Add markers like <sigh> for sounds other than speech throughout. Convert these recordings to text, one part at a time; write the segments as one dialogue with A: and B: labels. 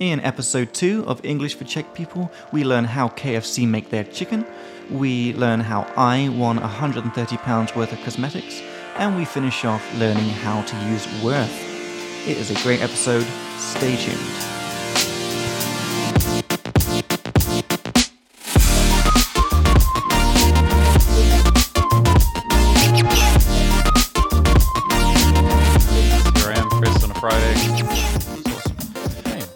A: In episode 2 of English for Czech People, we learn how KFC make their chicken, we learn how I won 130 pounds worth of cosmetics, and we finish off learning how to use worth. It is a great episode. Stay tuned.
B: Here I am, Chris, on a Friday.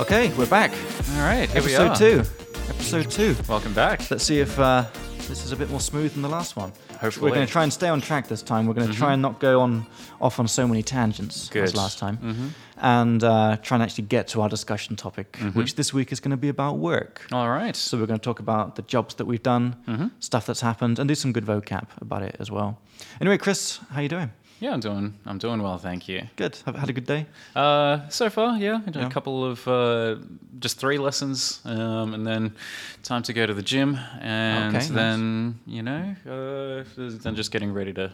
A: Okay, we're back.
B: All right, here we
A: episode 2.
B: are.
A: Episode 2.
B: Welcome back.
A: Let's see if uh, this is a bit more smooth than the last one.
B: Hopefully.
A: We're going to try and stay on track this time. We're going to try and not go on off on so many tangents as
B: Good. Mm-hmm.
A: last time, and uh, try and actually get to our discussion topic,
B: Mm-hmm.
A: which this week is going to be about work.
B: All right.
A: So we're going to talk about the jobs that we've done,
B: Mm-hmm.
A: stuff that's happened, and do some good vocab about it as well. Anyway, Chris, how you doing?
B: yeah, I'm doing. I'm doing well, thank you.
A: Good. Have had a good day.
B: Uh, so far, yeah, I did
A: Yeah.
B: a couple of uh, just three lessons, um, and then time to go to the gym, and
A: Okay, nice.
B: then you know, uh, then just getting ready to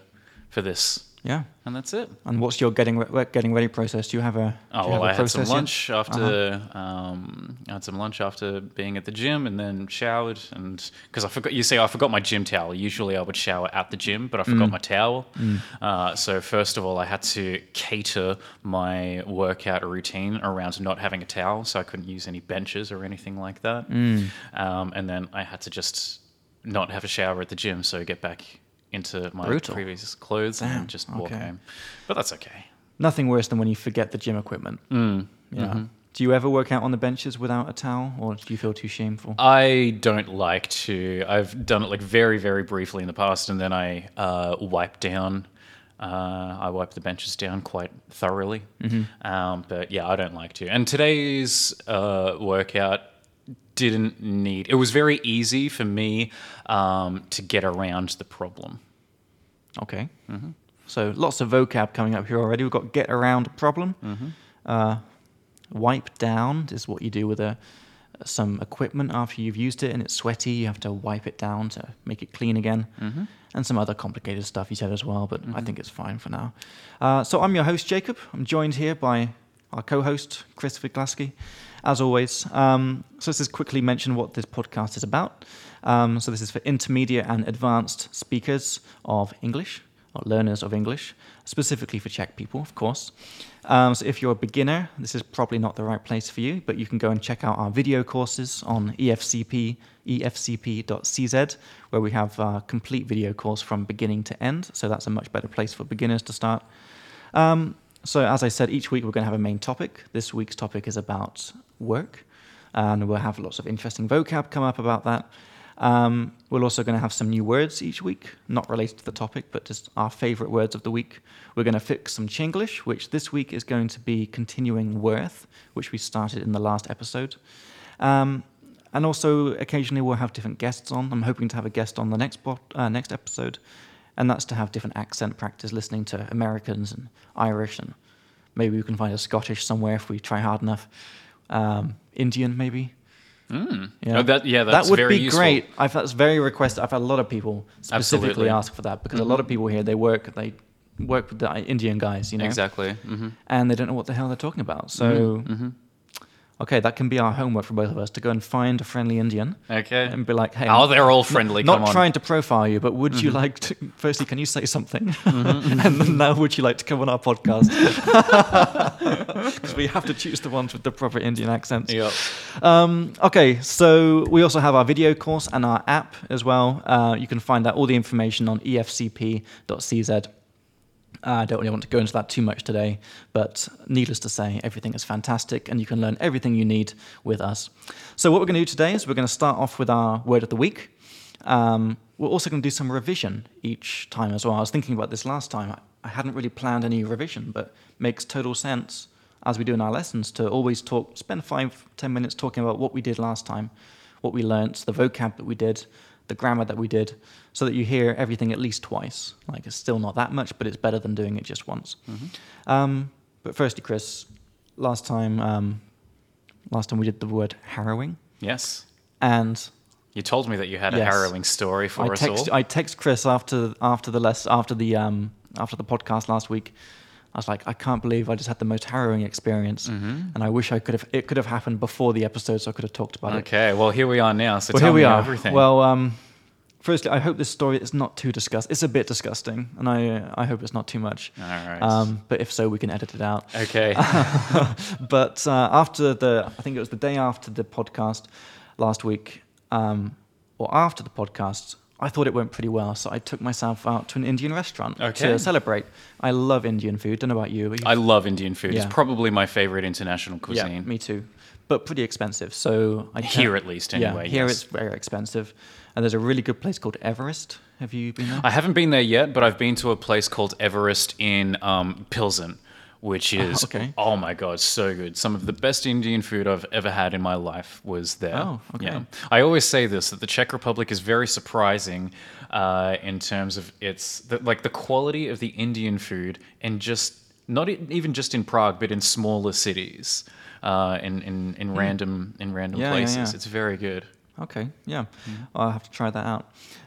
B: for this,
A: Yeah.
B: and that's it.
A: And what's your getting re- work- getting ready process? Do you have a? do
B: Oh
A: you have
B: well,
A: a
B: I had some
A: process yet? Uh-huh.
B: lunch after. Um, I had some lunch after being at the gym, and then showered. And because I forgot, you see, I forgot my gym towel. Usually, I would shower at the gym, but I
A: Mm.
B: forgot my towel. Uh, so first of all, I had to cater my workout routine around not having a towel, so I couldn't use any benches or anything like that.
A: Mm.
B: Um, and then I had to just not have a shower at the gym, so get back into my
A: Brutal.
B: previous clothes and then just walk
A: okay.
B: home. But that's okay. Mm.
A: Nothing worse than when you forget the gym equipment. Yeah. Do you ever work out on the benches without a towel, or do you feel too shameful?
B: I don't like to. I've done it like very, very briefly in the past, and then I uh, wipe down. Uh, I wipe the benches down quite thoroughly.
A: Mm-hmm.
B: Um, but yeah, I don't like to. And today's uh, workout didn't need. It was very easy for me um, to get around the problem.
A: Okay. So lots of vocab coming up here already. We've got get around problem. Uh, wipe down is what you do with a some equipment after you've used it and it's sweaty. You have to wipe it down to make it clean again. And some other complicated stuff you said as well, but I think it's fine for now. Uh, so I'm your host, Jacob. I'm joined here by our co-host, Chris Viglaski, as always. Um, so let's just quickly mention what this podcast is about. Um, so this is for intermediate and advanced speakers of English or learners of English, specifically for Czech people, of course. Um, so if you're a beginner, this is probably not the right place for you, but you can go and check out our video courses on E EFCP, efcp.cz, where we have a complete video course from beginning to end. So that's a much better place for beginners to start. Um, so as I said, each week we're going to have a main topic. This week's topic is about work, and we'll have lots of interesting vocab come up about that. Um, we're also going to have some new words each week, not related to the topic, but just our favorite words of the week. We're going to fix some Chinglish, which this week is going to be continuing worth, which we started in the last episode. Um, and also, occasionally we'll have different guests on. I'm hoping to have a guest on the next bot, uh, next episode, and that's to have different accent practice, listening to Americans and Irish, and maybe we can find a Scottish somewhere if we try hard enough. Um, Indian, maybe.
B: Oh, that- yeah,
A: Mm.
B: that's
A: that would
B: very
A: be
B: useful.
A: great. I've, that's very requested. I've had a lot of people specifically
B: Absolutely. Mm-hmm.
A: ask for that because a lot of people here they work they work with the Indian guys, you know,
B: Exactly. hmm
A: and they don't know what the hell they're talking about. So,
B: Mm-hmm.
A: okay, that can be our homework for both of us to go and find a friendly Indian
B: Okay.
A: and be like, hey,
B: oh, they're all friendly.
A: not
B: Come on. Mm-hmm.
A: trying to profile you, but would you like to? Firstly, can you say something? <laughs> and then now, would you like to come on our podcast? <laughs> Because we have to choose the ones with the proper Indian accents.
B: Yep.
A: Um, okay, so we also have our video course and our app as well. Uh, you can find out all the information on E efcp.cz. Uh, I don't really want to go into that too much today, but needless to say, everything is fantastic and you can learn everything you need with us. So, what we're going to do today is we're going to start off with our word of the week. Um, we're also going to do some revision each time as well. I was thinking about this last time. I, I hadn't really planned any revision, but makes total sense as we do in our lessons to always talk, spend five, ten minutes talking about what we did last time, what we learnt, the vocab that we did, the grammar that we did, so that you hear everything at least twice. Like it's still not that much, but it's better than doing it just once. Um, but firstly, Chris, last time, um, last time we did the word harrowing,
B: Yes.
A: and
B: You told me that you had a
A: Yes.
B: harrowing story for
A: I
B: us
A: text
B: all.
A: I text Chris after after the less after the um after the podcast last week. I was like, I can't believe I just had the most harrowing experience,
B: Mm-hmm.
A: and I wish I could have. It could have happened before the episode, so I could have talked about it.
B: Okay, well here we are now. So
A: Well,
B: tell
A: here we
B: me
A: are.
B: everything.
A: Well, um, firstly, I hope this story is not too disgust. It's a bit disgusting, and I uh, I hope it's not too much.
B: all right.
A: Um, but if so, we can edit it out. <laughs>
B: okay.
A: but uh, after the, I think it was the day after the podcast last week, um, or after the podcast, I thought it went pretty well. So I took myself out to an Indian restaurant
B: Okay.
A: to celebrate. I love Indian food. Don't know about you, but you
B: I love Indian food.
A: Yeah.
B: It's probably my favorite international cuisine.
A: yeah, me too. But pretty expensive. So I
B: Here at least, anyway,
A: Yeah, here
B: yes.
A: it's very expensive, and there's a really good place called Everest. Have you been there?
B: I haven't been there yet, but I've been to a place called Everest in um, Pilsen, which is
A: Ah, okay.
B: oh my god, so good. Some of the best Indian food I've ever had in my life was there.
A: Oh, okay.
B: I always say this that the Czech Republic is very surprising uh, in terms of its the, like the quality of the Indian food and just not e- even just in Prague, but in smaller cities, uh, in in, in random in random
A: Hmm. Yeah, yeah,
B: places.
A: yeah.
B: It's very good.
A: Okay, yeah, I'll have to try that out.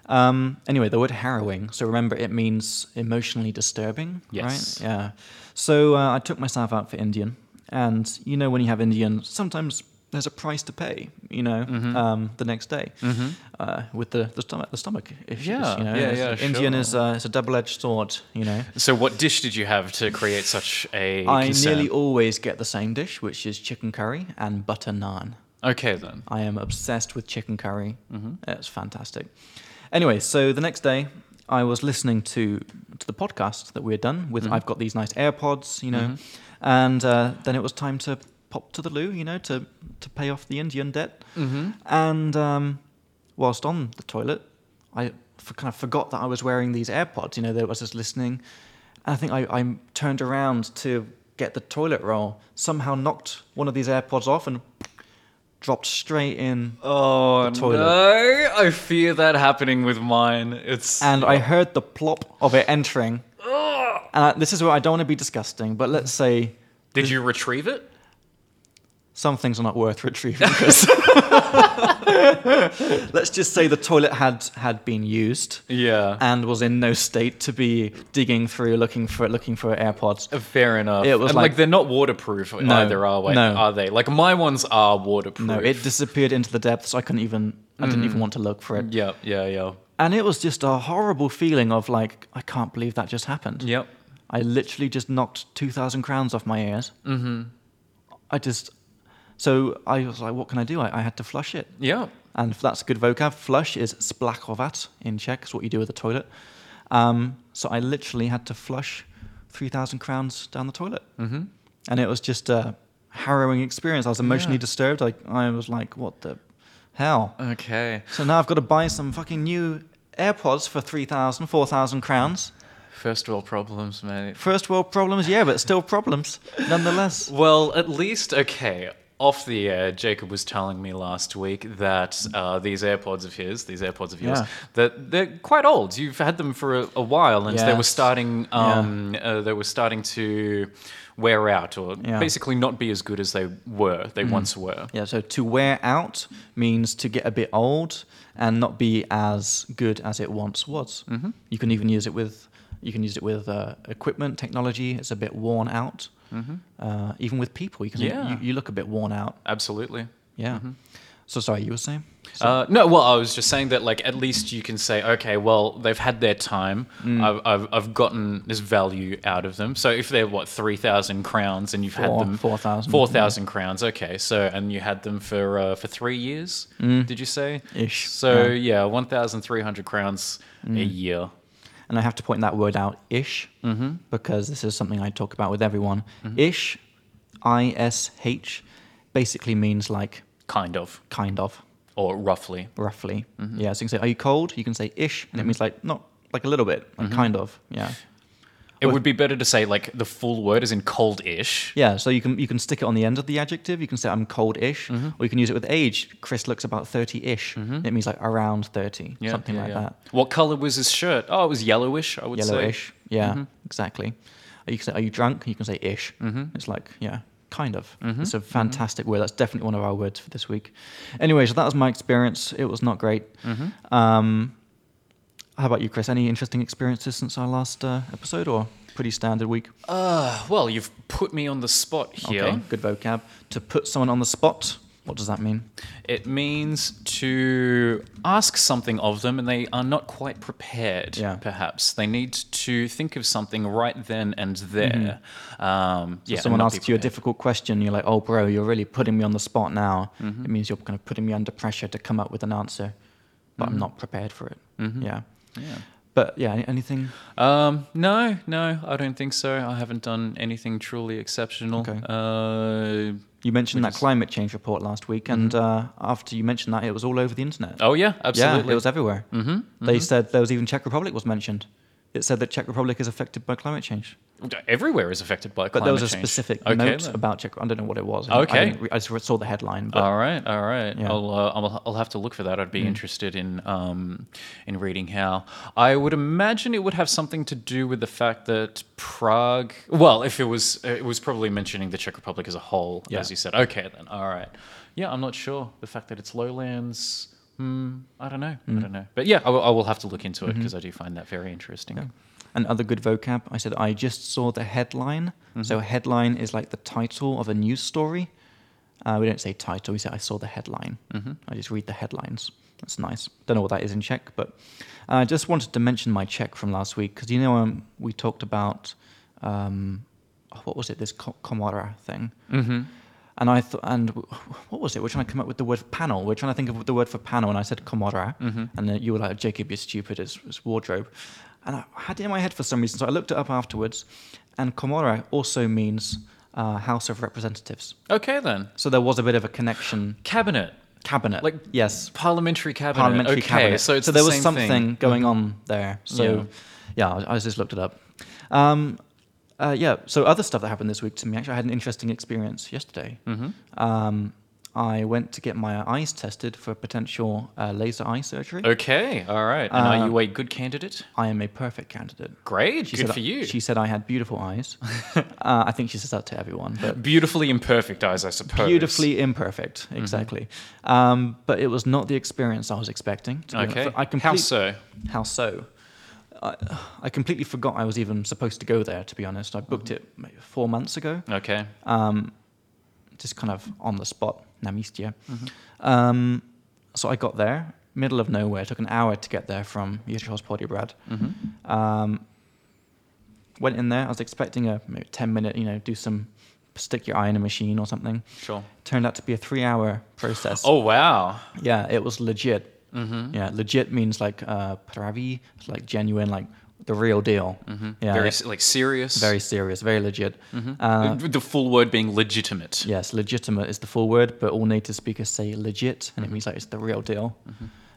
A: Um, anyway, the word harrowing. So remember, it means emotionally disturbing,
B: Yes.
A: right? Yeah. So uh, I took myself out for Indian, and you know when you have Indian, sometimes there's a price to pay. You know,
B: Mm-hmm.
A: um, the next day uh, with the the stomach the stomach issues.
B: Yeah,
A: you know?
B: yeah, yeah,
A: Indian
B: sure.
A: is uh, it's a double edged sword. You know.
B: So, what dish did you have to create such a?
A: I
B: concern?
A: nearly always get the same dish, which is chicken curry and butter naan.
B: Okay then.
A: I am obsessed with chicken curry. It's fantastic. Anyway, so the next day, I was listening to to the podcast that we had done with. I've got these nice AirPods, you know, and uh, then it was time to pop to the loo, you know, to to pay off the Indian debt. And um, whilst on the toilet, I f- kind of forgot that I was wearing these AirPods, you know, that I was just listening. And I think I, I turned around to get the toilet roll, somehow knocked one of these AirPods off and dropped straight in.
B: Oh
A: The toilet.
B: no! I fear that happening with mine. It's
A: And I heard the plop of it entering. And I, this is where I don't want to be disgusting, but let's say
B: did you retrieve it?
A: some things are not worth retrieving. 'cause- <laughs> let's just say the toilet had had been used.
B: Yeah.
A: and was in no state to be digging through looking for looking for AirPods.
B: Fair enough.
A: It was
B: and like,
A: like-
B: they're not waterproof either, are they?
A: no.
B: Are they? Like my ones are waterproof.
A: No, it disappeared into the depths. I couldn't even I didn't even want to look for it.
B: Yep. Yeah. Yeah.
A: And it was just a horrible feeling of like I can't believe that just happened.
B: Yep.
A: I literally just knocked 2000 crowns off my ears.
B: Mm.
A: Mhm.
B: Mm-hmm.
A: I just so I was like what can I do? I, I had to flush it.
B: Yep.
A: And if that's a good vocab. Flush is splachovat in Czech. It's what you do with the toilet. Um, so I literally had to flush 3,000 crowns down the toilet. Mm-hmm. And it was just a harrowing experience. I was emotionally
B: Yeah.
A: disturbed. I, I was like, what the hell?
B: Okay.
A: So now I've got to buy some fucking new AirPods for 3,000, 4,000 crowns.
B: First world problems, mate.
A: First world problems, yeah, but still problems nonetheless.
B: Well, at least, okay, off the air, Jacob was telling me last week that uh, these AirPods of his, these AirPods of yours,
A: Yeah.
B: that they're quite old. You've had them for a, a while, and they were
A: Yes.
B: starting, um, uh, they were starting to wear out, or
A: Yeah. Mm.
B: basically not be as good as they were, they once were.
A: Yeah, so to wear out means to get a bit old and not be as good as it once was. Mm-hmm. You can even use it with you can use it with uh, equipment, technology. It's a bit worn out. Mm-hmm. Uh, even with people, you can
B: Yeah.
A: you, you look a bit worn out.
B: Absolutely.
A: Yeah. So sorry, you were saying?
B: Uh, no, well, I was just saying that, like, at least you can say, okay, well, they've had their time.
A: Mm.
B: I've, I've, I've gotten this value out of them. So if they're, what, 3,000 crowns and you've
A: Four-
B: had them.
A: 4,000,
B: 4,000 crowns, okay. So, and you had them for uh, for three years, did you say?
A: Mm. Ish, Mm.
B: So, yeah, 1,300 crowns a year.
A: And I have to point that word out, ish, mm-hmm. because this is something I talk about with everyone. Ish, I S H, basically means like
B: Kind of,
A: kind of.
B: or roughly.
A: roughly. Yeah, so you can say, "Are you cold?" You can say "ish," and it means like not like a little bit, like kind of. Yeah,
B: It would be better to say, like, the full word is in cold ish.
A: yeah. So you can you can stick it on the end of the adjective. You can say, "I'm cold-ish," or you can use it with age. Chris looks about thirty-ish. It means like around thirty, something like that.
B: What color was his shirt? Oh, it was yellowish, I would say. Mm-hmm.
A: Yellowish. Yeah, exactly. Or You can say, "Are you drunk?" You can say "ish."
B: Mm-hmm.
A: It's like yeah. Kind of. It's a fantastic word. That's definitely one of our words for
B: Mm-hmm.
A: this week. Anyway, so that was my experience. It was not great. Um, How about you, Chris? Any interesting experiences since our last uh, episode, or pretty standard week?
B: Uh, well, you've put me on the spot here.
A: good vocab. To put someone on the spot. What does that mean?
B: It means to ask something of them and they are not quite prepared,
A: Yeah.
B: perhaps. They need to think of something right then and there.
A: If
B: Um, yeah, and
A: Mm-hmm. someone
B: not be
A: asks you a
B: prepared.
A: difficult question, you're like, "Oh, bro, you're really putting me on the spot now."
B: Mm-hmm.
A: It means you're kind of putting me under pressure to come up with an answer, but
B: Mm-hmm.
A: I'm not prepared for it. Yeah. But yeah, any- anything?
B: Um, no, no, I don't think so. I haven't done anything truly exceptional.
A: Okay.
B: Uh,
A: You mentioned that climate change report last week, and uh, after you mentioned that, it was all over the internet.
B: Mm-hmm. oh, yeah, absolutely.
A: Yeah, it was everywhere. Mm-hmm, They said there was even Czech Republic was mentioned. It said that Czech Republic is affected by climate change,
B: Everywhere is affected by
A: but
B: climate
A: there was a
B: change.
A: specific
B: Okay,
A: note
B: then.
A: about Czech. I don't know what it was. I,
B: Okay.
A: didn't re- I just saw the headline, but
B: all right, all right.
A: Yeah. Mm.
B: I'll, uh, I'll I'll have to look for that. I'd be interested in um, in reading how. I would imagine it would have something to do with the fact that Prague. Well, if it was, uh, it was probably mentioning the Czech Republic as a whole,
A: Yeah.
B: as you said. Okay, then. All right. Yeah, I'm not sure. The fact that it's lowlands. Hmm, I don't know.
A: Mm.
B: I don't know. But yeah, I will- I will have to look into
A: Mm-hmm.
B: it because I do find that very interesting.
A: and other good vocab. I said I just saw the headline. So a headline is like the title of a news story. Uh, we don't say title. We say I saw the headline. I just read the headlines. That's nice. Don't know what that is in Czech, but I just wanted to mention my Czech from last week because you know um, we talked about um, oh, what was it this co- Komara thing.
B: Mm-hmm.
A: And I thought, and w- what was it? We're trying to come up with the word panel. We're trying to think of the word for panel, and I said Komara, and then you were like, Jacob, you're stupid. It's, it's wardrobe, and I had it in my head for some reason. So I looked it up afterwards, and Komara also means uh, House of Representatives.
B: Okay, then.
A: So there was a bit of a connection.
B: Cabinet,
A: Cabinet,
B: Like-
A: yes,
B: parliamentary cabinet.
A: parliamentary
B: okay,
A: cabinet.
B: so it's
A: so
B: the
A: there was
B: same
A: something
B: thing.
A: going on there. So yeah, I I just looked it up. Um, uh, yeah, so other stuff that happened this week to me. Actually, I had an interesting experience yesterday.
B: Mm-hmm.
A: Um, I went to get my eyes tested for potential uh, laser eye surgery.
B: Oh. Okay, all right. And
A: Uh,
B: are you a good candidate?
A: I am a perfect candidate.
B: Great, good
A: said
B: for you.
A: She said I had beautiful
B: <laughs>
A: eyes. uh, I think she says that to everyone, but
B: beautifully imperfect eyes, I suppose.
A: beautifully imperfect,
B: Mm-hmm.
A: exactly. Um, but it was not the experience I was expecting. to be honest.
B: Okay.
A: I
B: How
A: complete-
B: so?
A: How so? I, I completely forgot I was even supposed to go there, to be honest. I booked it maybe four months ago,
B: Okay.
A: um, just kind of on the spot, Namistya. Um, so I got there, middle of nowhere. It took an hour to get there from Yirtshals Podibrad.
B: Mm-hmm.
A: Um, went in there. I was expecting a maybe 10 minute, you know, do some, stick your eye in a machine or something.
B: Sure.
A: Turned out to be a three hour process.
B: Oh wow. Mm-hmm.
A: Yeah, it was legit. Yeah, legit means like uh, pravi, it's like genuine, like the real deal. Yeah,
B: Mm-hmm. very
A: very,
B: s- Mm-hmm. like serious.
A: very serious, very legit. Uh,
B: With the full word being legitimate.
A: yes, legitimate is the full word, but all native speakers say legit,
B: Mm-hmm.
A: and it means like it's the real deal.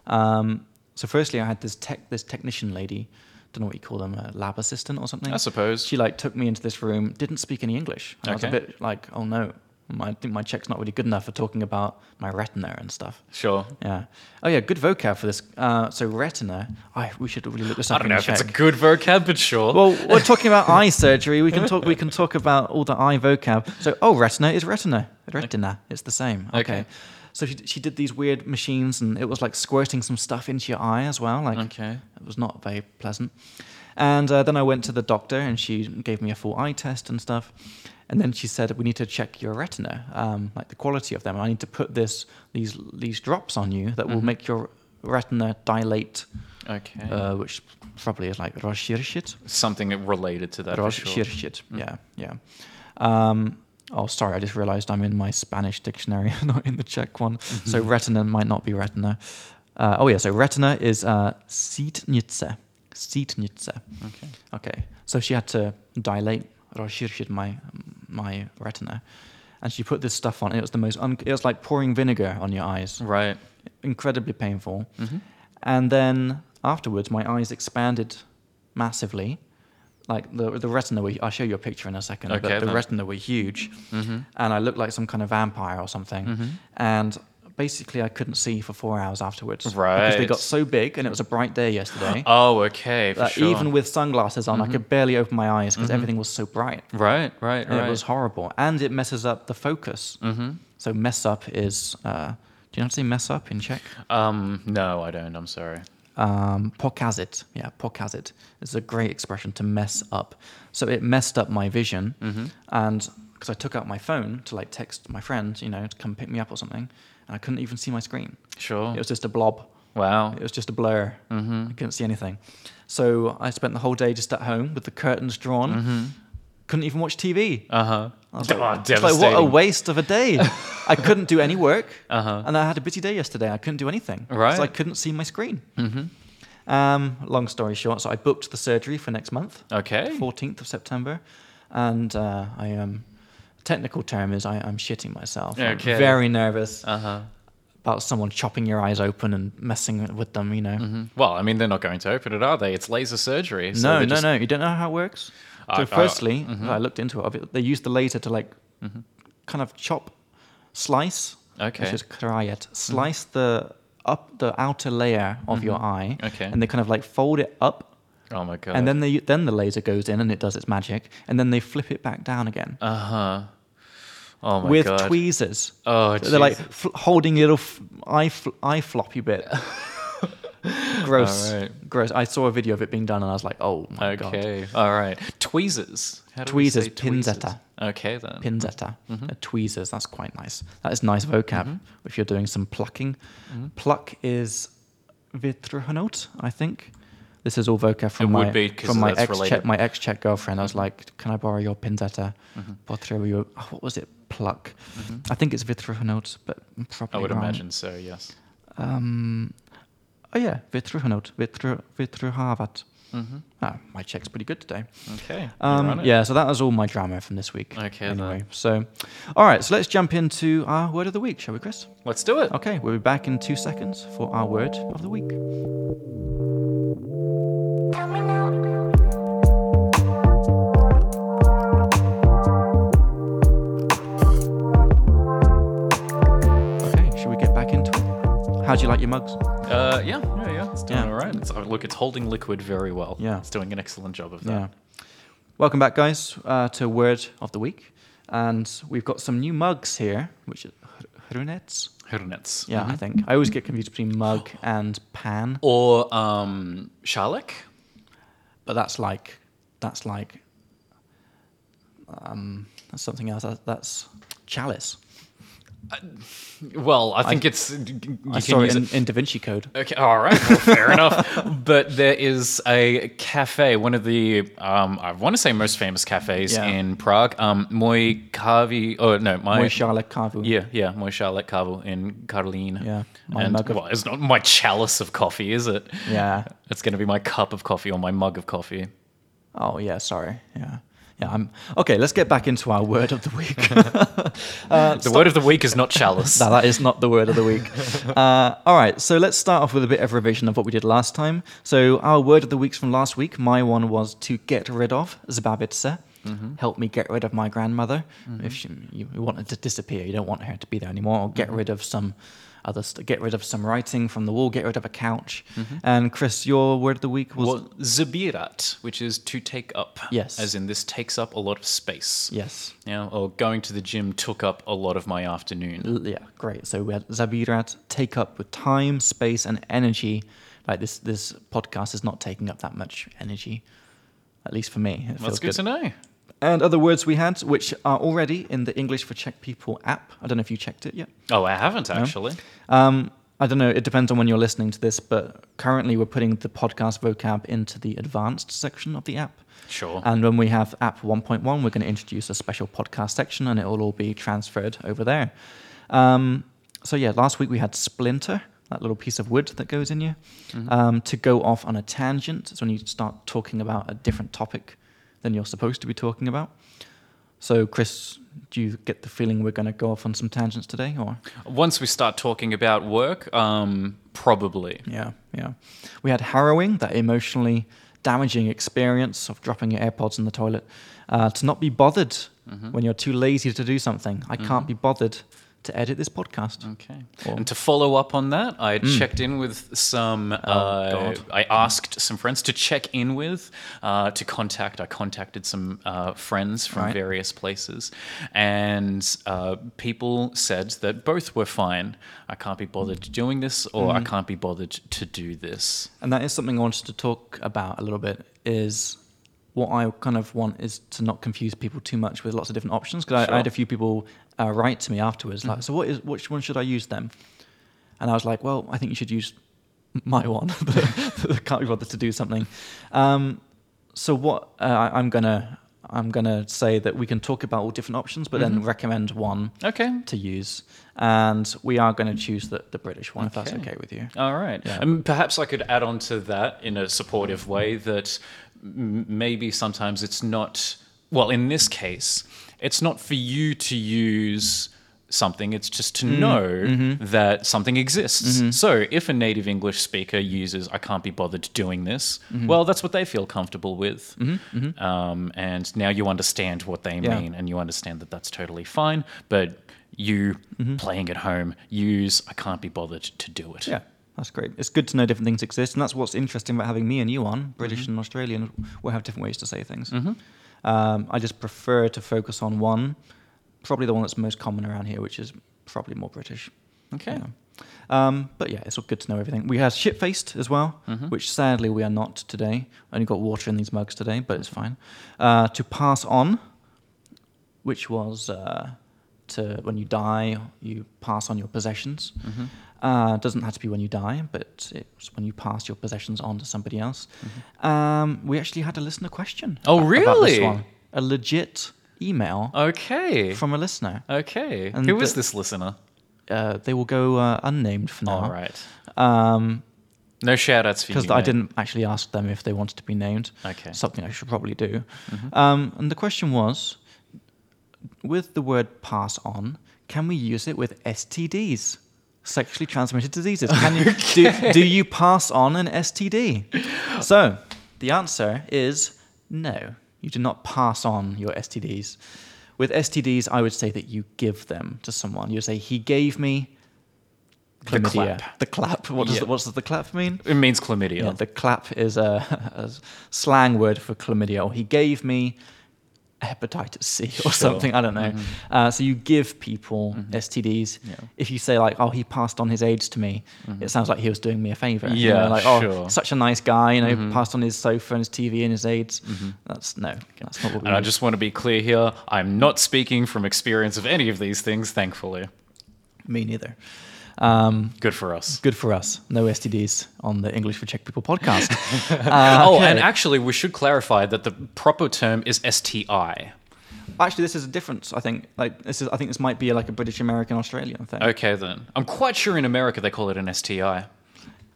A: Um, so, firstly, I had this tech, this technician lady. Don't know what you call them, a lab assistant or something.
B: I suppose.
A: She like took me into this room, didn't speak any English. And I was a
B: Okay.
A: bit like, oh no, my, I think my Czech's not really good enough for talking about my retina and stuff.
B: Sure.
A: Yeah. Oh yeah, good vocab for this. Uh, so retina. I we should really look this
B: I
A: up.
B: don't
A: in
B: know if it's a
A: Czech.
B: good vocab, but sure.
A: Well, we're talking about eye surgery. We can talk. We can talk about all the eye vocab. So, oh, retina is retina. Retina. It's the same. Okay.
B: Okay.
A: So she she did these weird machines, and it was like squirting some stuff into your eye as well. Like
B: okay.
A: it was not very pleasant. And uh, then I went to the doctor, and she gave me a full eye test and stuff. And then she said, "We need to check your retina, um, like the quality of them. I need to put this these these drops on you that will make your retina dilate,
B: Okay.
A: uh, which probably is like rozszerzyć,
B: Something related to that. For sure. Mm.
A: rozszerzyć. Yeah, yeah. Um, oh, sorry, I just realised I'm in my Spanish dictionary, <laughs> not in the Czech one.
B: Mm-hmm.
A: So retina might not be retina. Uh, oh yeah, so retina is uh, sitnice, sitnice.
B: Okay.
A: Okay, so she had to dilate, rozszerzyć my my retina, and she put this stuff on. It was the most un- it was like pouring vinegar on your eyes,
B: Right. Mm-hmm.
A: incredibly painful. And then afterwards, my eyes expanded massively, like the the retina. Were, I'll show you a picture in a second.
B: Okay,
A: but the
B: then.
A: retina were huge,
B: Mm-hmm.
A: and I looked like some kind of vampire or something.
B: Mm.
A: And basically, I couldn't see for four hours afterwards because they
B: Right.
A: got so big, and it was a bright day yesterday
B: Oh, okay. <gasps> For
A: that
B: sure.
A: even with sunglasses on, I could barely open my eyes because everything was so bright.
B: right. Right.
A: And
B: Right.
A: It was horrible, and it messes up the focus. Mm-hmm. So mess up is. Uh, do you know how to say mess up in Czech?
B: um. No, I don't. I'm sorry.
A: Um, pokazit, yeah, pokazit is a great expression to mess up. So it messed up my vision,
B: Mm-hmm.
A: and because I took out my phone to like text my friend, you know, to come pick me up or something, and I couldn't even see my screen.
B: Sure.
A: It was just a blob.
B: wow.
A: It was just a blur. Mm-hmm. I couldn't see anything. So I spent the whole day just at home with the curtains drawn. Couldn't even watch TV.
B: Uh huh.
A: I
B: <laughs>
A: was like,
B: Mm-hmm. oh,
A: it's like, what a
B: devastating.
A: waste of a day.
B: <laughs>
A: I couldn't do any work.
B: Uh-huh.
A: <laughs> And I had a busy day yesterday. I couldn't do anything. 'cause I
B: Right.
A: couldn't see my screen.
B: Mm-hmm.
A: Um, long story short, so I booked the surgery for next month,
B: Okay.
A: 14th of September. And uh, I Um, technical term is I, I'm shitting myself. I'm
B: Okay.
A: very nervous
B: Uh huh.
A: about someone chopping your eyes open and messing with them, you know.
B: Well, I mean, they're not going to open it, are they? It's laser surgery. Mm-hmm. so
A: Mm-hmm. no, no,
B: they're just- Uh, mm-hmm.
A: no. You don't know how it works.
B: I-
A: So,
B: I-
A: firstly, I, looked into it. of it. They use the laser to like kind of chop, slice.
B: Mm-hmm. Okay. Mm-hmm.
A: Which is karayet. Slice the up the outer layer of your eye.
B: Okay.
A: And they kind of like fold it up,
B: Oh my god.
A: and then they then the laser goes in and it does its magic, and then they flip it back down again
B: Uh huh. Oh my
A: with
B: god.
A: tweezers.
B: Oh,
A: So they're like
B: Jesus.
A: fl- holding your little f- eye fl- eye floppy
B: <laughs>
A: bit. Gross,
B: All right.
A: gross. I saw a video of it being done, and I was like, "Oh my god!"
B: Okay. All right. Tweezers. How do we
A: Tweezers,
B: say
A: pinzetta.
B: Okay then.
A: pinzetta,
B: Mm-hmm.
A: uh, tweezers. That's quite nice. That is nice vocab if you're doing some plucking.
B: Mm-hmm.
A: Pluck is vitrhonot, I think. This is all vocab from
B: It would
A: my
B: be 'cause
A: from my
B: that's
A: ex Czech
B: related. Mm-hmm.
A: my ex Czech girlfriend. I was like, "Can I borrow your pinzetta?" Potřebuju oh, what was it? Pluck. I think it's vitrhonot, but I'm
B: Mm-hmm. I
A: probably
B: would
A: wrong.
B: imagine so. Yes.
A: Um, oh yeah, vitrhonot, vitr vitrhavat.
B: Mm-hmm.
A: Ah, my Czech's pretty good today.
B: Okay. you're on
A: Um,
B: it.
A: yeah, so that was all my drama from this week.
B: Okay,
A: Anyway, so, all right, so let's jump into our word of the week, shall we, Chris?
B: Let's do it.
A: Okay, we'll be back in two seconds for our word of the week. Okay, should we get back into it? How do you like your mugs?
B: Uh, yeah. Yeah. Yeah. It's doing
A: Oh. Yeah.
B: all right. It's, oh, look, it's holding liquid very well.
A: Yeah.
B: It's doing an excellent job of that.
A: Yeah. Welcome back, guys, uh, to Word of the Week. And we've got some new mugs here, which are Hrunets.
B: Hirnets.
A: Yeah, I think. I always get confused between mug and pan.
B: Or um, Sharlek.
A: but that's like that's like um that's something else That- that's chalice
B: Well, I think it's. You
A: i
B: can
A: saw it
B: use
A: in, in da vinci code
B: Okay, all right, well, fair enough. <laughs> But there is a cafe, one of the um, I want to say most famous cafes
A: Yeah.
B: in Prague, um, Moy Kavi. Oh no, my
A: Moi Charlotte Carvu.
B: yeah, yeah, Moy Charlotte Kavu in Karlín.
A: Yeah, my
B: my and
A: mug of-
B: well, it's not my chalice of coffee, is it?
A: yeah
B: It's going to be my cup of coffee or my mug of coffee.
A: oh yeah sorry yeah yeah i'm okay let's get back into our word of the week
B: the word of the week is not chalice.
A: no <laughs> that is not the word of the week uh, all right so let's start off with a bit of revision of what we did last time so our word of the weeks from last week my one was to get rid of zbabitsa help me get rid of my grandmother if she, you you want her to disappear you don't want her to be there anymore or get rid of some other st- get rid of some writing from the wall get rid of a couch and chris your word of the week was
B: Well, zabirat, which is to take up.
A: Yes.
B: As in, this takes up a lot of space.
A: yes
B: You know, or going to the gym took up a lot of my afternoon.
A: L- yeah, great. So we had Zabirat take up with time, space, and energy. Like this, this podcast is not taking up that much energy, at least for me. It
B: That's
A: feels
B: good, to know.
A: And other words we had, which are already in the English for Czech People app. I don't know if you checked it yet.
B: Oh, I haven't actually.
A: Um, I don't know. It depends on when you're listening to this, but currently we're putting the podcast vocab into the advanced section of the app.
B: Sure.
A: And when we have app 1.1, we're going to introduce a special podcast section and it'll all be transferred over there. Um, so, yeah, last week we had splinter, that little piece of wood that goes in you. Um, to go off on a tangent is when you start talking about a different topic than you're supposed to be talking about. So, Chris, do you get the feeling we're going to go off on some tangents today? or
B: Once we start talking about work, um, probably.
A: Yeah, yeah. We had harrowing, that emotionally damaging experience of dropping your AirPods in the toilet, uh, to not be bothered when you're too lazy to do something. I can't be bothered to edit this podcast.
B: Okay.
A: Or-
B: and to follow up on that, I checked in with some. uh,
A: Hmm. Oh, God.
B: I asked some friends to check in with, uh, to contact. I contacted some uh, friends from
A: Right.
B: various places, and uh, people said that both were fine. I can't be bothered
A: Hmm.
B: doing this, or I can't be bothered to do this.
A: And that is something I wanted to talk about a little bit. Is what I kind of want is to not confuse people too much with lots of different options. Because I, I had a
B: Sure. Mm-hmm.
A: few people uh, write to me afterwards, like, "So what is which one should I use then?" And I was like, "Well, I think you should use my one, <laughs> but I can't be bothered to do something." Um, so what uh, I- I'm gonna I'm gonna say that we can talk about all different options, but
B: Mm-hmm.
A: then recommend one
B: Okay.
A: to use, and we are going to choose the, the British one if that's
B: Okay.
A: okay with you.
B: All right.
A: Yeah.
B: And perhaps I could add on to that in a supportive way that m- maybe sometimes it's not, well, in this case, it's not for you to use something, it's just to
A: Mm-hmm.
B: know that something exists. So if a native English speaker uses, I can't be bothered doing this,
A: Mm-hmm.
B: well, that's what they feel comfortable with. Um, and now you understand what they
A: Yeah.
B: mean and you understand that that's totally fine. But you playing at home use I can't be bothered to do it.
A: Mm-hmm. Yeah, that's great. It's good to know different things exist, and that's what's interesting about having me and you on, British and Australian. We'll have different ways to say things. Um, I just prefer to focus on one, probably the one that's most common around here, which is probably more British.
B: Mm-hmm. Okay.
A: Yeah. Um, but yeah, it's all good to know everything. We had shit faced as well,
B: Mm-hmm.
A: which sadly we are not today. Only got water in these mugs today, but it's fine. Uh, to pass on, which was uh, to when you die, you pass on your possessions.
B: Mm-hmm.
A: Uh, doesn't have to be when you die, but it's when you pass your possessions on to somebody else. Um, we actually had a listener question.
B: Mm-hmm. Oh,
A: a- about this
B: really?
A: one. A legit email
B: Okay.
A: from a listener.
B: okay.
A: And
B: Who is
A: the-
B: this listener?
A: Uh, they will go uh, unnamed for now.
B: All right.
A: Um,
B: No shout outs for you.
A: because I
B: mate.
A: didn't actually ask them if they wanted to be named.
B: Okay. Mm-hmm.
A: Something I should probably do. Um, and the question was, with the word "pass on," can we use it with STDs, sexually transmitted diseases? Can
B: <laughs>
A: you do, do you pass on an STD? So the answer is no. You do not pass on your STDs. With STDs, I would say that you give them to someone. You say, "He gave me."
B: The
A: chlamydia."
B: clap.
A: The clap. What does
B: Yeah.
A: the, what does the clap mean?
B: It means chlamydia.
A: Yeah, the clap is a, a <laughs> slang word for chlamydia. Or he gave me hepatitis C or
B: Sure. Mm-hmm.
A: something. I don't know. Uh, so you give people STDs.
B: Yeah. Mm-hmm.
A: If you say like, "Oh, he passed on his AIDS to me," it sounds like he was doing me a favor. You
B: Yeah,
A: know, like, "Oh,
B: sure. Mm-hmm.
A: such a nice guy. You know, passed on his sofa and his TV and his AIDS." That's no, that's not what we.
B: and I
A: do.
B: just want to be clear here. I'm not speaking from experience of any of these things, thankfully.
A: me neither. Um,
B: Good for us.
A: good for us. No STDs on the English for Czech People
B: <laughs>
A: podcast. Uh,
B: oh,
A: Ah, okay.
B: and actually, we should clarify that the proper term is STI.
A: Actually, this is a difference. I think like this is. I think this might be like a British American Australian thing.
B: Okay, then. I'm quite sure in America they call it an STI,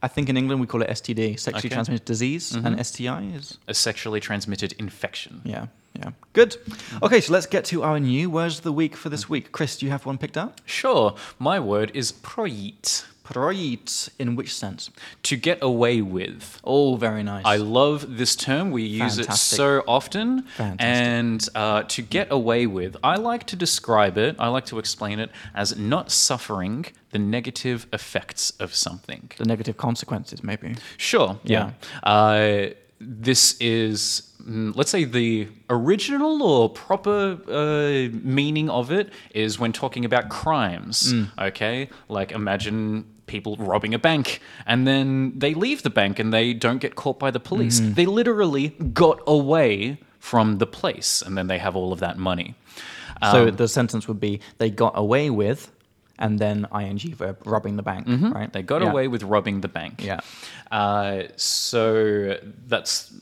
A: I think in England we call it STD, sexually
B: Okay. Mm-hmm.
A: transmitted disease, and STI is
B: a sexually transmitted infection.
A: yeah, yeah. Good. Okay, so let's get to our new words of the week for
B: Mm.
A: this week. Chris, do you have one picked up?
B: Sure, my word is proit.
A: Proit. In which sense?
B: to get away with.
A: Oh, very nice.
B: I love this term. We use
A: Fantastic.
B: it so often.
A: Fantastic.
B: And uh, to get away with, I like to describe it, I like to explain it as not suffering the negative effects of something.
A: the negative consequences, maybe.
B: Sure.
A: Yeah.
B: Yeah. Uh, this is, mm, let's say, the original or proper uh, meaning of it is when talking about crimes. Okay. Like imagine people robbing a bank and then they leave the bank and they don't get caught by the police. They literally got away from the place and then they have all of that money.
A: so
B: Um,
A: the sentence would be they got away with, and then ing verb robbing the bank, right?
B: Mm-hmm. They got
A: Yeah.
B: away with robbing the bank.
A: Yeah.
B: Uh, so that's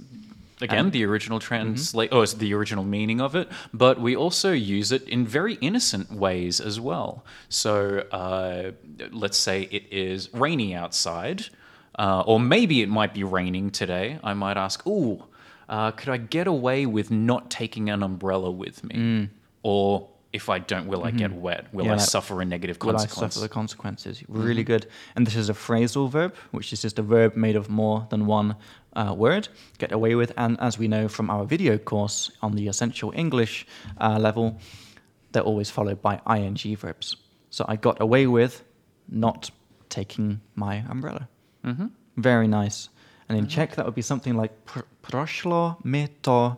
B: again the original translate, or
A: Mm-hmm.
B: it's the original meaning of it. But we also use it in very innocent ways as well. So uh, let's say it is rainy outside, uh, or maybe it might be raining today. I might ask, "Ooh, uh, could I get away with not taking an umbrella with me?" Or if I don't, will I get wet?
A: Mm. Mm-hmm.
B: Will
A: Yeah,
B: I
A: like,
B: suffer a negative
A: Will I
B: consequence?
A: suffer the consequences? Really good. And this is a phrasal verb, which is just a verb made of more than one uh, word. Get away with. And as we know from our video course on the essential English uh, level, they're always followed by ing verbs. So I got away with not taking my umbrella.
B: Mm-hmm.
A: Very nice. And in Czech, that would be something like "Pr- prošlo mi to,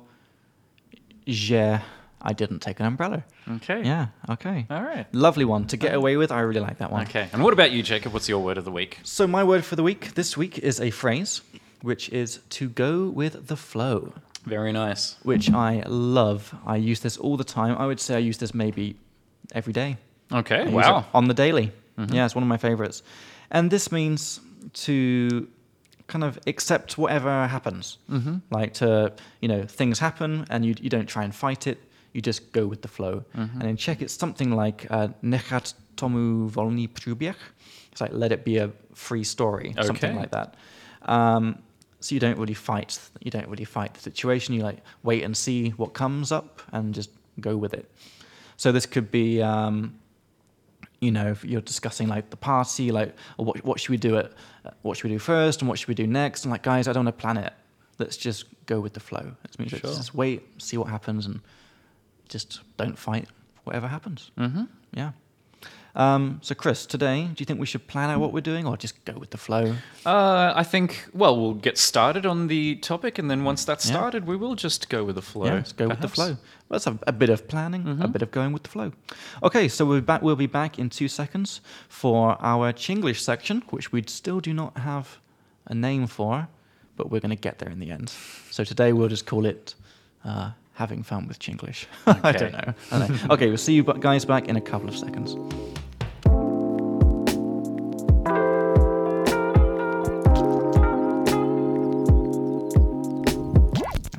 A: že I didn't take an umbrella.
B: Okay.
A: Yeah, okay.
B: All right.
A: Lovely one to get away with. I really like that one.
B: Uh-huh. Okay. And what about you, Jacob? What's your word of the week?
A: So, my word for the week this week is a phrase which is to go with the flow,
B: Very nice.
A: which I love. I use this all the time. I would say I use this maybe every day.
B: Okay.
A: I use it
B: wow. Mm-hmm.
A: on the daily. Yeah, it's one of my favorites. And this means to kind of accept whatever happens. Mm-hmm. Like to, you know, things happen and you, you don't try and fight it. You just go with the flow. And in Czech, it's something like uh, nechat tomu volný průběh. It's like let it be a free story, something
B: Okay.
A: like that. Um, so you don't really fight. You don't really fight the situation. You like wait and see what comes up and just go with it. So this could be um, you know, if you're discussing like the party, like or what what should we do at what should we do first and what should we do next? And like, guys, I don't want to plan it. Let's just go with the flow. Let's, let's
B: Sure.
A: just wait, see what happens, and just don't fight. Whatever happens,
B: Mm-hmm.
A: yeah. Um, so, Chris, today, do you think we should plan out what we're doing, or just go with the flow?
B: Uh, I think, well, we'll get started on the topic, and then once that's
A: Yeah.
B: started, we will just go with the flow.
A: Yeah, let's go with the
B: perhaps. Mm-hmm.
A: flow. Let's have a bit of planning, a bit of going with the flow. Okay, so we're back. We'll be back in two seconds for our Chinglish section, which we still do not have a name for, but we're going to get there in the end. So today we'll just call it uh, "Having Fun with Chinglish." <laughs> I
B: Okay.
A: don't know. I don't know. okay, we'll see you bu- guys back in a couple of seconds.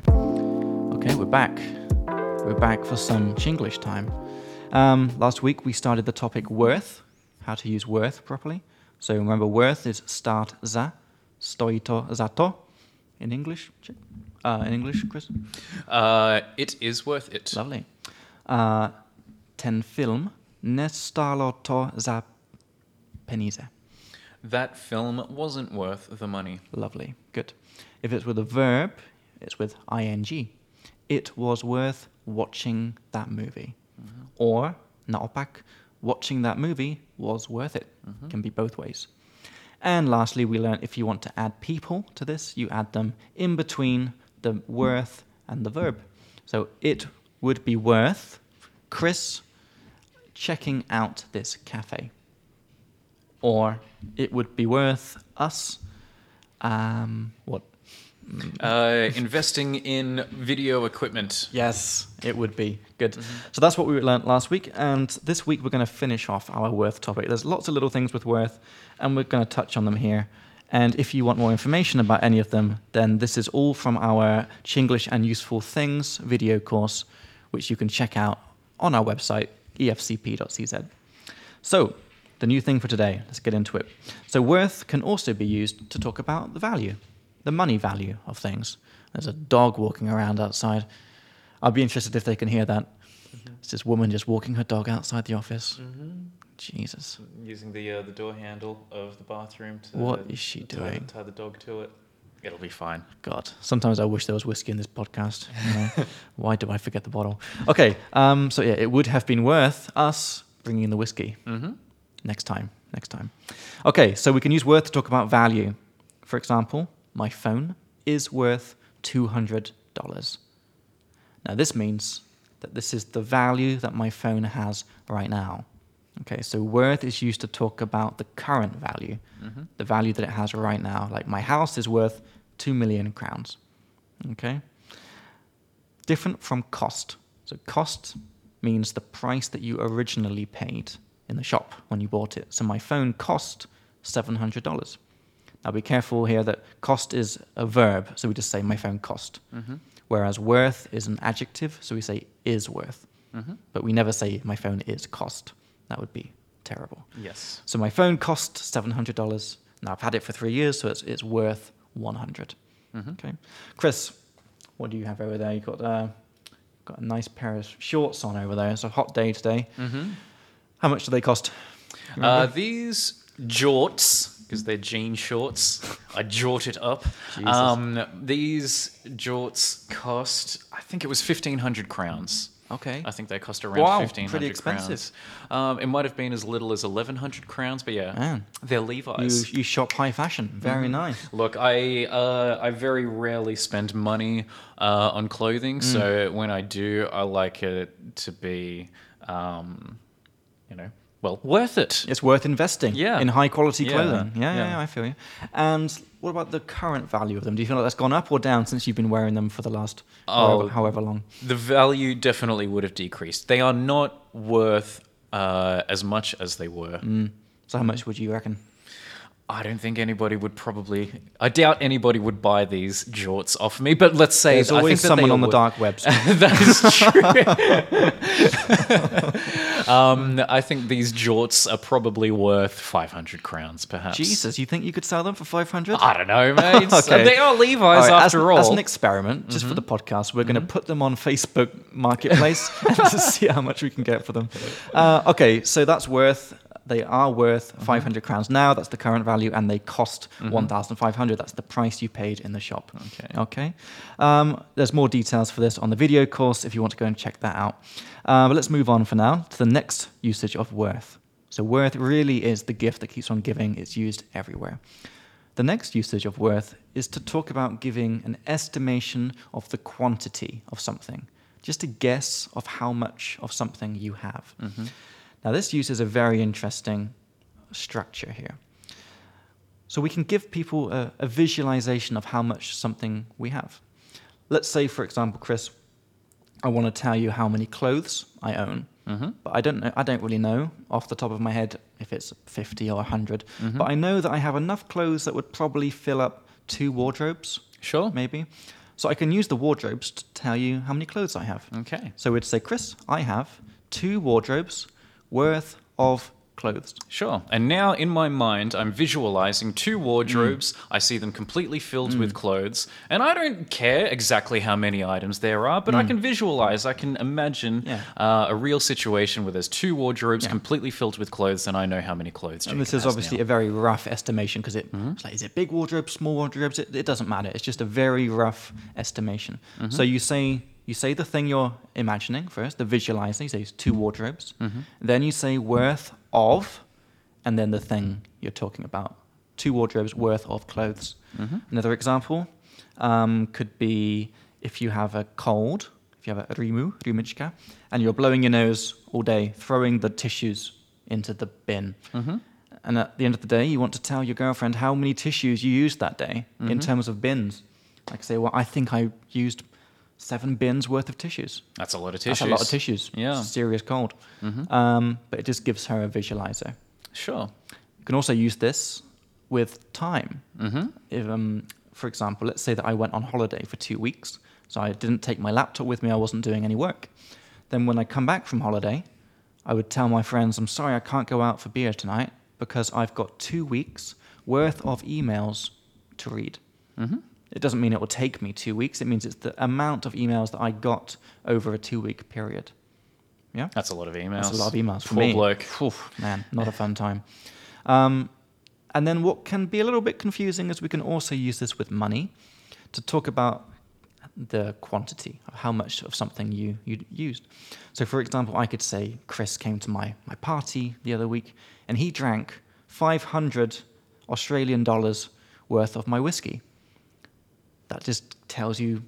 A: Okay, we're back. We're back for some Chinglish time. Um, last week we started the topic worth, how to use worth properly. So remember, worth is start za, stoi to za to in English. Ch- Uh, in English, Chris?
B: Uh, it is worth it.
A: Lovely. Uh, ten film ne stalo to za peníze.
B: That film wasn't worth the money.
A: Lovely. Good. If it's with a verb, it's with ing. It was worth watching that movie. Or, naopak, watching that movie was worth it. Can be both ways. And lastly, we learned if you want to add people to this, you add them in between the worth and the verb. So it would be worth Chris checking out this cafe. Or it would be worth us um, what?
B: <laughs> Uh, investing in video equipment.
A: Yes, it would be good. So that's what we learnt last week, and this week we're going to finish off our worth topic. There's lots of little things with worth, and we're going to touch on them here. And if you want more information about any of them, then this is all from our Chinglish and Useful Things video course, which you can check out on our website E efcp.cz. So, the new thing for today, let's get into it. So, worth can also be used to talk about the value, the money value of things. There's a dog walking around outside. I'd be interested if they can hear that. It's this woman just walking her dog outside the office.
B: Mm-hmm.
A: Jesus.
B: Using the uh, the door handle of the bathroom to
A: What is she
B: tie-
A: doing?
B: Tie the dog to it. It'll be fine.
A: God, sometimes I wish there was whiskey in this podcast. you know. Why do I forget the bottle? Okay, um, so yeah, it would have been worth us bringing the whiskey
B: Mm-hmm.
A: next time. Next time. Okay, so we can use worth to talk about value. For example, my phone is worth $200. Now, this means that this is the value that my phone has right now. Okay, so worth is used to talk about the current value,
B: Mm-hmm.
A: the value that it has right now. Like, my house is worth 2 million crowns. Okay? Different from cost. So, cost means the price that you originally paid in the shop when you bought it. So, my phone cost $700. Now, be careful here that cost is a verb, so we just say my phone cost.
B: Mm-hmm.
A: Whereas worth is an adjective, so we say is worth.
B: Mm-hmm.
A: But we never say my phone is cost. That would be terrible.
B: Yes.
A: So my phone cost seven hundred dollars. Now I've had it for three years, so it's it's worth one
B: Mm-hmm.
A: Okay, Chris, what do you have over there? You got uh, got a nice pair of shorts on over there. It's a hot day today.
B: Mm-hmm.
A: How much do they cost?
B: Uh, these jorts, because they're jean shorts, I jorted up.
A: <laughs> Jesus.
B: Um, these jorts cost, I think it was 1,500 crowns.
A: Okay.
B: I think they cost around
A: Wow,
B: fifteen
A: pretty
B: hundred
A: expensive.
B: crowns. Um, it might have been as little as eleven hundred crowns, but yeah,
A: Man.
B: they're
A: You,
B: Levi's.
A: you shop high fashion. Very
B: Mm-hmm.
A: nice.
B: Look, I uh, I very rarely spend money uh, on clothing,
A: Mm.
B: so when I do, I like it to be, um, you know, well worth it.
A: It's worth investing
B: Yeah.
A: in high quality
B: Yeah.
A: clothing. Yeah, yeah,
B: Yeah.
A: yeah, I feel you. And what about the current value of them? Do you feel like that's gone up or down since you've been wearing them for the last
B: Oh.
A: however, however long?
B: the value definitely would have decreased. They are not worth uh, as much as they were.
A: Mm. So how much would you reckon?
B: I don't think anybody would probably. I doubt anybody would buy these jorts off me. But let's say
A: There's
B: I
A: always
B: think that
A: someone
B: they
A: on the
B: would.
A: dark web.
B: <laughs> that is
A: <laughs>
B: true. <laughs> um, I think these jorts are probably worth 500 crowns, perhaps.
A: Jesus, you think you could sell them for 500?
B: I don't know, mate.
A: <laughs> Okay.
B: They are
A: All Mm-hmm.
B: Levi's
A: right, as,
B: after all.
A: as an experiment, just for the podcast, we're going to put them on Facebook <laughs> Marketplace and to see how much we can get for them. Uh, okay, so that's worth. They are worth 500 crowns now. That's the current value, and they cost 1,500. That's the price you paid in the shop.
B: Okay.
A: Mm-hmm. Okay. Um, there's more details for this on the video course if you want to go and check that out. Uh, but let's move on for now to the next usage of worth. So, worth really is the gift that keeps on giving, it's used everywhere. The next usage of worth is to talk about giving an estimation of the quantity of something, just a guess of how much of something you have.
B: Mm-hmm.
A: Now, this uses a very interesting structure here. So we can give people a, a visualization of how much something we have. Let's say, for example, Chris, I want to tell you how many clothes I own,
B: Mhm.
A: but I don't know. I don't really know off the top of my head if it's fifty or 100 But I know that I have enough clothes that would probably fill up two wardrobes,
B: Sure.
A: maybe. So I can use the wardrobes to tell you how many clothes I have.
B: Okay.
A: So we'd say, Chris, I have two wardrobes worth of clothes.
B: Sure. And now in my mind, I'm visualizing two wardrobes.
A: Mm.
B: I see them completely filled with clothes. And I don't care exactly how many items there are, but I can visualize, I can imagine
A: Mm. Yeah.
B: uh, a real situation where there's two wardrobes
A: Yeah.
B: completely filled with clothes, and I know how many clothes.
A: And this
B: Jacob
A: is
B: has
A: obviously
B: now.
A: a very rough estimation because it, it's like, is it big wardrobes, small wardrobes? It, it doesn't matter. It's just a very rough estimation. So you say you say the thing you're imagining first, the visualizing. You say it's two wardrobes. Then you say worth of, and then the thing you're talking about. Two wardrobes worth of clothes. Another example um, could be if you have a cold, if you have a rimu, rimuchka, and you're blowing your nose all day, throwing the tissues into the bin.
B: Mm-hmm.
A: And at the end of the day, you want to tell your girlfriend how many tissues you used that day in terms of bins. Like say, well, I think I used seven bins worth of tissues.
B: That's a lot of tissues.
A: That's a lot of tissues.
B: Yeah.
A: Serious cold. Um, but it just gives her a visualizer.
B: Sure.
A: You can also use this with time.
B: Mm-hmm.
A: If, um, for example, let's say that I went on holiday for two weeks, so I didn't take my laptop with me, I wasn't doing any work. Then when I come back from holiday, I would tell my friends, I'm sorry I can't go out for beer tonight because I've got two weeks worth of emails to read.
B: Mm-hmm.
A: It doesn't mean it will take me two weeks, it means it's the amount of emails that I got over a two week period. Yeah?
B: That's a lot of emails.
A: That's a lot of e- emails for
B: Poor
A: me.
B: bloke.
A: Oof, man, not a fun time. Um, and then what can be a little bit confusing is we can also use this with money to talk about the quantity of how much of something you you used. So, for example, I could say Chris came to my my party the other week and he drank 500 Australian dollars worth of my whiskey. That just tells you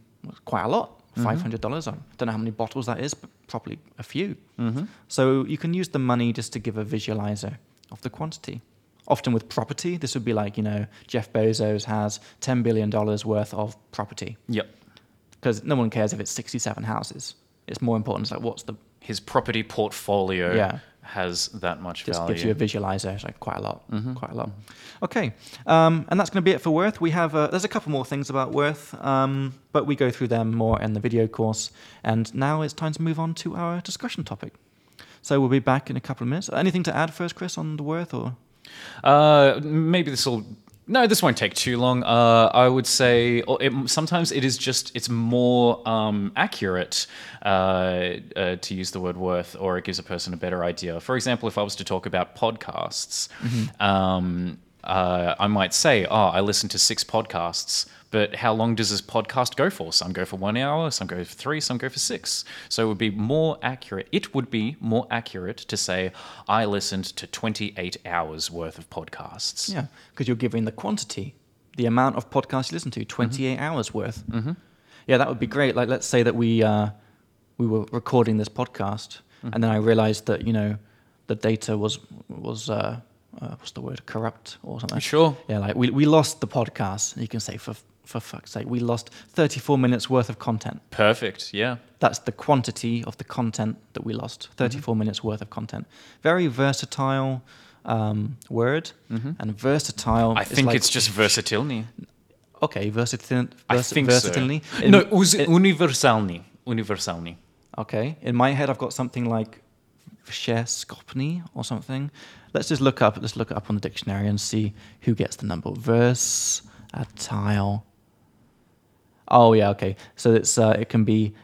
A: quite a lot.
B: Mm-hmm.
A: $500. dollars I don't know how many bottles that is, but probably a few.
B: Mm-hmm.
A: So you can use the money just to give a visualizer of the quantity. Often with property, this would be like, you know, Jeff Bezos has $10 billion worth of property
B: Yep.
A: because no one cares if it's 67 houses. It's more important. It's like, what's the.
B: His property portfolio
A: Yeah.
B: has that much
A: Just
B: value.
A: gives you a visualizer. It's like quite a lot. Quite a lot. Mm-hmm. Okay. Um, and that's going to be it for worth. We have, uh, there's a couple more things about worth, um, but we go through them more in the video course. And now it's time to move on to our discussion topic. So we'll be back in a couple of minutes. Anything to add first, Chris, on the worth or?
B: Uh, maybe this will. No, this won't take too long. Uh, I would say or it, sometimes it is just it's more um, accurate uh, uh, to use the word worth, or it gives a person a better idea. For example, if I was to talk about podcasts, um, uh, I might say, "Oh, I listen to six podcasts." But how long does this podcast go for? Some go for one hour, some go for three, some go for six. So it would be more accurate. It would be more accurate to say, I listened to 28 hours worth of podcasts.
A: Yeah, because you're giving the quantity, the amount of podcasts you listen to, 28 hours worth. Mm-hmm. Yeah, that would be great. Like, let's say that we uh, we were recording this podcast, and then I realized that you know the data was was uh, uh, what's the word corrupt or something.
B: Sure.
A: Yeah, like we, we lost the podcast. You can say for for fuck's sake, we lost 34 minutes worth of content.
B: Perfect. Yeah.
A: That's the quantity of the content that we lost. 34 minutes worth of content. Very versatile um, word and versatile.
B: Hmm? I
A: is
B: think
A: like-
B: it's
A: <laughs>
B: just versatility.
A: okay. Versatil-
B: I
A: vers-
B: think so.
A: versatility. In-
B: No, us- universalni. Universalni.
A: Okay. In my head, I've got something like Verscherskopny or something. Let's just look up. Let's look it up on the dictionary and see who gets the number. Versatile. Oh yeah. Okay. So it's uh, it can be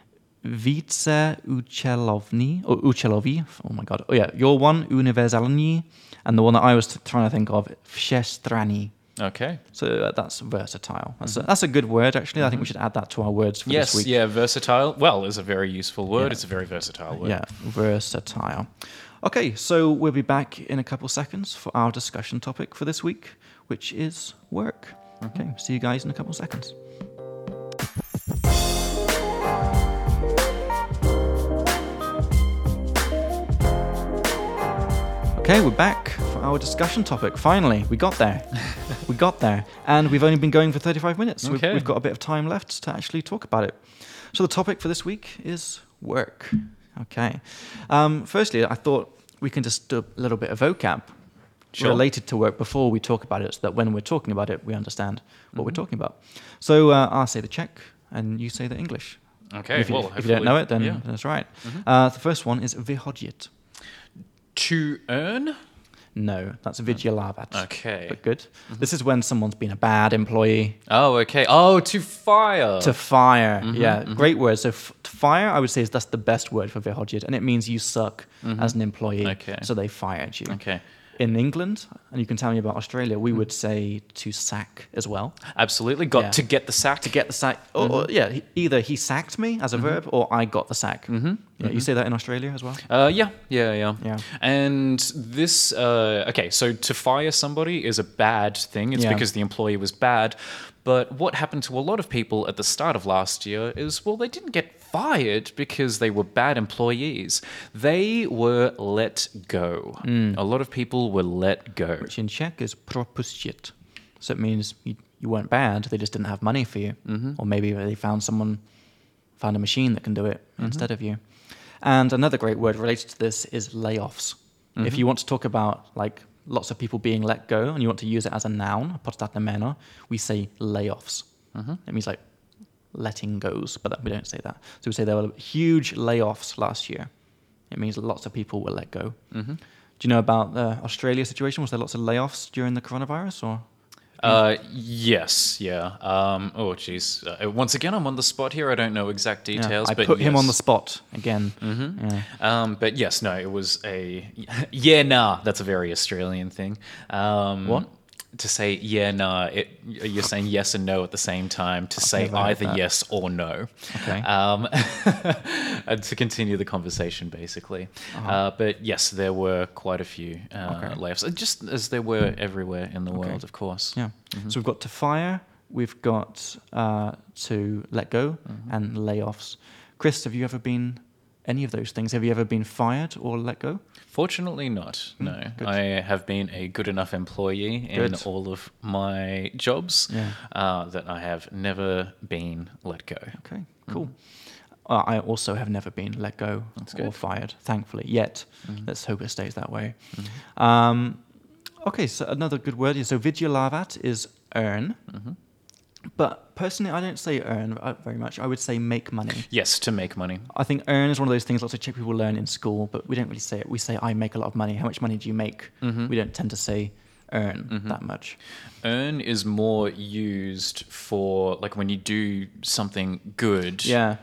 A: Vice Uchelovny or Uchelovi. Oh my god. Oh yeah. Your one Universalny, and the one that I was trying to think of Vsestrani.
B: Okay.
A: So uh, that's versatile. That's, a, that's a good word actually. I think we should add that to our words for
B: Mm-hmm. Yes,
A: this week.
B: yeah, versatile. Well, is a very useful word.
A: Yeah.
B: It's a very versatile word.
A: Yeah, versatile. Okay, so we'll be back in a couple seconds for our discussion topic for this week, which is work. Okay, see you guys in a couple seconds. Okay, we're back for our discussion topic. Finally, we got there. we got there. And we've only been going for 35 minutes. We've,
B: Okay.
A: we've got a bit of time left to actually talk about it. So, the topic for this week is work. Okay. Um, firstly, I thought we can just do a little bit of vocab
B: Sure.
A: related to work before we talk about it so that when we're talking about it, we understand what
B: Mm-hmm.
A: we're talking about. So, uh, I'll say the Czech and you say the English.
B: Okay,
A: if you,
B: well,
A: if you don't
B: hopefully-
A: know it, then
B: yeah. Mm-hmm.
A: that's right. Uh, the first one is vyhodit.
B: To earn?
A: No, that's vigilavat.
B: Okay. Mm-hmm.
A: But good. This is when someone's been a bad employee.
B: Oh, okay. Oh, to fire.
A: To fire.
B: mm-hmm,
A: yeah, great word. So, f- to fire, I would say, is that's the best word for vihojit, and it means you suck as an employee.
B: Mm-hmm. Okay.
A: So they fired you.
B: okay.
A: In England, and you can tell me about Australia, we would say to sack as well.
B: Absolutely. Got
A: Yeah.
B: to get the sack.
A: To get the sack, or, or yeah, he- either he sacked me as a verb, or I got the sack. Mm-hmm. Yeah, you say that in Australia as well.
B: Uh, yeah, yeah, yeah,
A: Yeah.
B: And this, uh, okay, so to fire somebody is a bad thing. It's
A: Yeah.
B: because the employee was bad. But what happened to a lot of people at the start of last year is, well, they didn't get fired because they were bad employees. They were let go.
A: Mm.
B: A lot of people were let go.
A: which in Czech is propustit. So it means you, you weren't bad, they just didn't have money for you. Or maybe they found someone, found a machine that can do it instead of you. And another great word related to this is layoffs. If you want to talk about like lots of people being let go and you want to use it as a noun, podstatnemeno, we say layoffs. It means like letting goes, but that, we don't say that. So we say there were huge layoffs last year. It means lots of people were let go. Do you know about the Australia situation? Was there lots of layoffs during the coronavirus? Or
B: Uh, yes, yeah. Um, oh, jeez. Uh, once again, I'm on the spot here. I don't know exact
A: Yeah,
B: details.
A: I
B: but
A: put him on the
B: yes.
A: spot again. Yeah.
B: Um, but yes, no, it was a <laughs> yeah nah. That's a very Australian thing. Um,
A: What?
B: to say yeah nah? It, you're saying yes and no at the same time. To say
A: never heard
B: either
A: that.
B: yes or no.
A: Okay.
B: Um, <laughs> and to continue the conversation, basically. uh
A: Uh-huh.
B: but yes, there were quite a few uh,
A: Okay.
B: layoffs, uh, just as there were everywhere in the
A: Okay.
B: world, of course.
A: Yeah. So we've got to fire, we've got uh, to let go,
B: Mm-hmm.
A: and layoffs. Chris, have you ever been any of those things? Have you ever been fired or let go?
B: Fortunately, not. No,
A: Hmm, good.
B: I have been a good enough employee in
A: Good.
B: all of my jobs
A: Yeah.
B: uh, that I have never been let go.
A: Okay, cool. Uh, I also have never been let go
B: Mm-hmm. That's
A: or
B: good. Mm-hmm.
A: fired, thankfully, yet. Let's hope it stays that way. Um, okay, so another good word is so vigilavat is earn.
B: mm-hmm.
A: But personally, I don't say earn uh, very much. I would say make money.
B: Yes, to make money.
A: I think earn is one of those things lots of Czech people learn in school, but we don't really say it. We say, I make a lot of money. How much money do you make?
B: Hmm?
A: We don't tend to say earn
B: Mm-hmm.
A: that much.
B: Earn is more used for like when you do something good.
A: Yeah,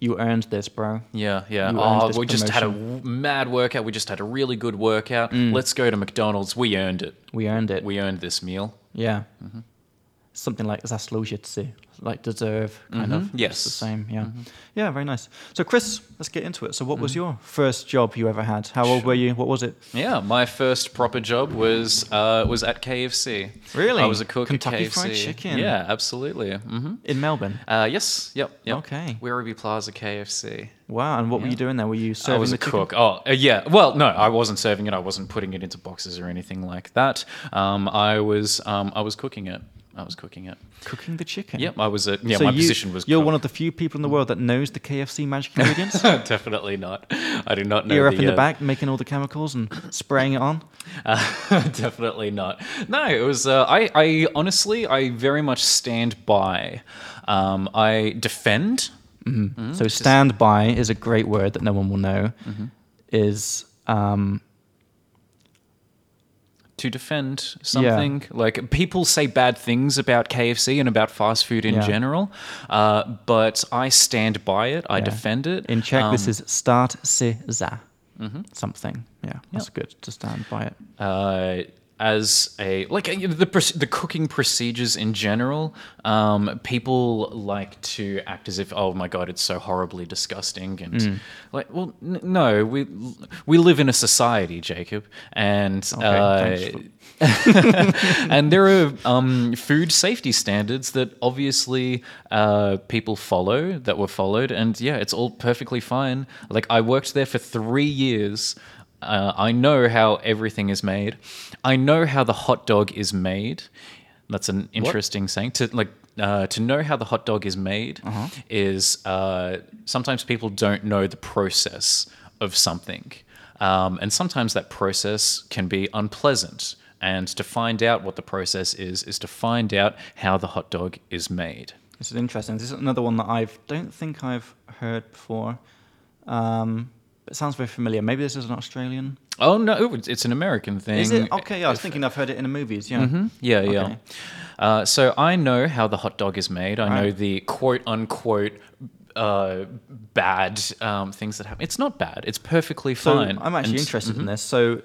A: you earned this, bro.
B: Yeah, yeah.
A: You earned
B: Oh,
A: this
B: we just had a w- mad workout. We just had a really good
A: Mm.
B: workout. Let's go to McDonald's. We Mm-hmm. earned it.
A: We earned it.
B: We earned this meal.
A: Yeah. something like zaslužitsi, like deserve, kind of.
B: Mhm.
A: It's
B: Yes. Mm-hmm.
A: the same. Yeah, yeah, very nice. So, Chris, let's get into it. So, what was your first job you ever had? How old were you? What was it?
B: Yeah, my first proper job was uh, was at KFC.
A: Really?
B: I was a cook
A: Kentucky
B: at KFC.
A: Fried Chicken.
B: Yeah, absolutely. hmm
A: In Melbourne.
B: Uh, yes. Yep. yep.
A: Okay.
B: Werribee Plaza KFC.
A: Wow. And what were you
B: Yeah.
A: doing there? Were you serving
B: I was
A: the
B: a
A: chicken?
B: cook. Oh, uh, yeah. Well, no, I wasn't serving it. I wasn't putting it into boxes or anything like that. Um, I was um, I was cooking it. I was cooking it.
A: Cooking the chicken.
B: Yep. I was a yeah.
A: So
B: my
A: you-
B: position was.
A: You're
B: cook.
A: one of the few people in the world that knows the KFC magic ingredients.
B: <laughs> Definitely not. I do not know.
A: You're up in the
B: uh,
A: back making all the chemicals and spraying it on.
B: Uh, <laughs> definitely not. No, it was. Uh, I, I honestly, I very much stand by. Um, I defend. Mm-hmm.
A: so standby is a great word that no one will know. Is um,
B: To defend something like people say bad things about KFC and about fast food in
A: Yeah.
B: general, uh, but I stand by it. I
A: Yeah.
B: defend it.
A: in Czech this
B: Um,
A: is
B: Mm-hmm.
A: start si za something. Yeah, that's good to stand by it.
B: uh, as a like uh, you know, the proc- the cooking procedures in general, um, people like to act as if oh my god it's so horribly disgusting and like well n- no we we live in a society Jacob and
A: thanks
B: uh, and there are um, food safety standards that obviously uh, people follow that were followed and yeah it's all perfectly fine like i worked there for three years uh, i know how everything is made i know how the hot dog is made that's an interesting saying to like uh, to know how the hot dog is made is uh, sometimes people don't know the process of something um, and sometimes that process can be unpleasant. And to find out what the process is, is to find out how the hot dog is made.
A: This is interesting. This is another one that I don't think I've heard before. Um, it sounds very familiar. Maybe this is an Australian.
B: Oh no, it's- it's an American thing.
A: Is it okay? Yeah, I was thinking I've heard it in the movies. Yeah.
B: Mhm. Yeah, yeah.
A: Okay.
B: Uh, so I know how the hot dog is made. I know
A: Right.
B: the quote unquote uh, bad um, things that happen. It's not bad. It's perfectly
A: So
B: fine.
A: I'm actually
B: And- mm-hmm.
A: interested in this. So,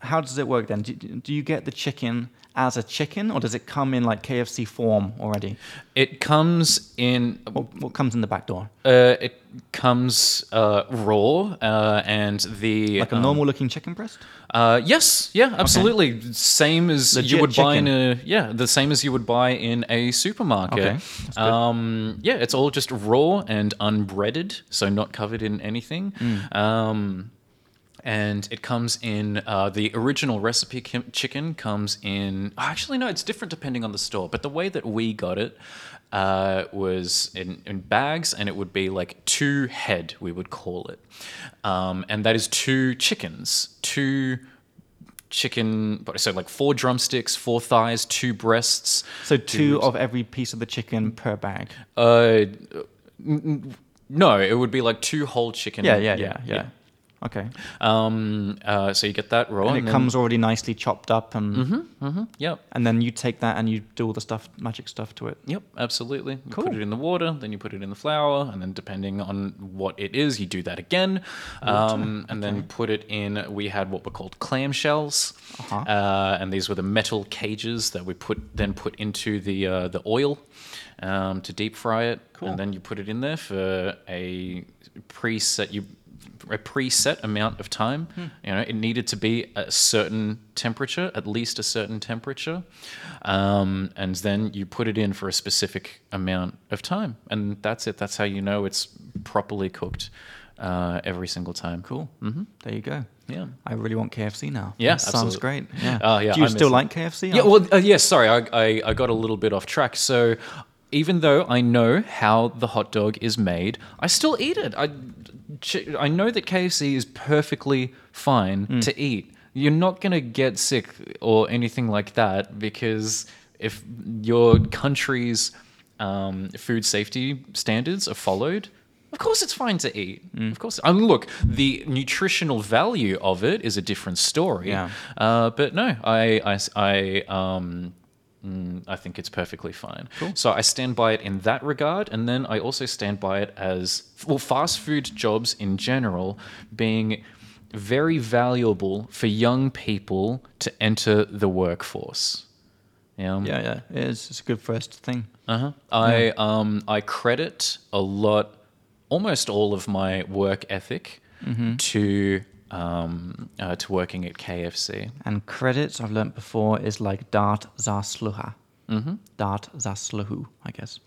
A: how does it work then? Do, do you get the chicken as a chicken, or does it come in like KFC form already?
B: It comes in.
A: What, what comes in the back door?
B: Uh, it comes uh, raw, uh, and the
A: Like a
B: um,
A: normal-looking chicken breast?
B: Uh, yes, yeah, absolutely. Same as
A: Legit
B: you would buy in
A: chicken.
B: a yeah, the same as you would buy in a supermarket.
A: Okay, that's good.
B: Um, yeah, it's all just raw and unbreaded, so not covered in anything.
A: Mm.
B: Um, and it comes in uh, the original recipe kim- chicken comes in oh, actually no it's different depending on the store but the way that we got it uh, was in, in bags and it would be like two head we would call it um, and that is two chickens two chicken so like four drumsticks four thighs two breasts
A: So two of every piece of the chicken per bag.
B: uh, n- n- no it would be like two whole chicken
A: Yeah, yeah, yeah, yeah. Okay.
B: um uh, so you get that raw
A: And it
B: and then- Mm-hmm.
A: comes already nicely chopped up, and
B: yep
A: and then you take that and you do all the stuff, magic stuff to it.
B: Yep, absolutely. You
A: Cool.
B: put it in the water, then you put it in the flour, and then depending on what it is, you do that again. Um, and then put it in, we had what were called clamshells.
A: Uh-huh.
B: Uh, and these were the metal cages that we put then put into the, uh, the oil um, to deep fry it.
A: Cool.
B: And then you put it in there for a preset, you, a preset amount of time. You know, it needed to be a certain temperature, at least a certain temperature, um, and then you put it in for a specific amount of time, and that's it. That's how you know it's properly cooked uh, every single time. Cool. Mm-hmm.
A: There you go.
B: Yeah.
A: I really want KFC now.
B: Yeah,
A: That sounds
B: absolutely.
A: great. Yeah.
B: Oh, yeah,
A: Do you
B: I
A: still like
B: miss it.
A: KFC?
B: Yeah, well, uh, yeah, sorry, I, I, I got a little bit off track. So, even though I know how the hot dog is made, I still eat it. I, ch- I know that KFC is perfectly fine to eat. You're not going to get sick or anything like that because if your country's um, food safety standards are followed, of course, it's fine to eat. Of course, I mean, look, the nutritional value of it is a different story.
A: Yeah.
B: Uh, but no, I, I s- I, um, mm, I think it's perfectly fine. So I stand by it in that regard, and then I also stand by it as well. Fast food jobs in general being very valuable for young people to enter the workforce. Yeah.
A: Yeah, yeah. It's, it's a good first thing.
B: Uh-huh. I um I credit a lot almost all of my work ethic
A: Mm-hmm.
B: to um uh, to working at KFC.
A: And credit, I've learnt before, is like dart zasluha. Mm-hmm. Dart zasluhu, I guess.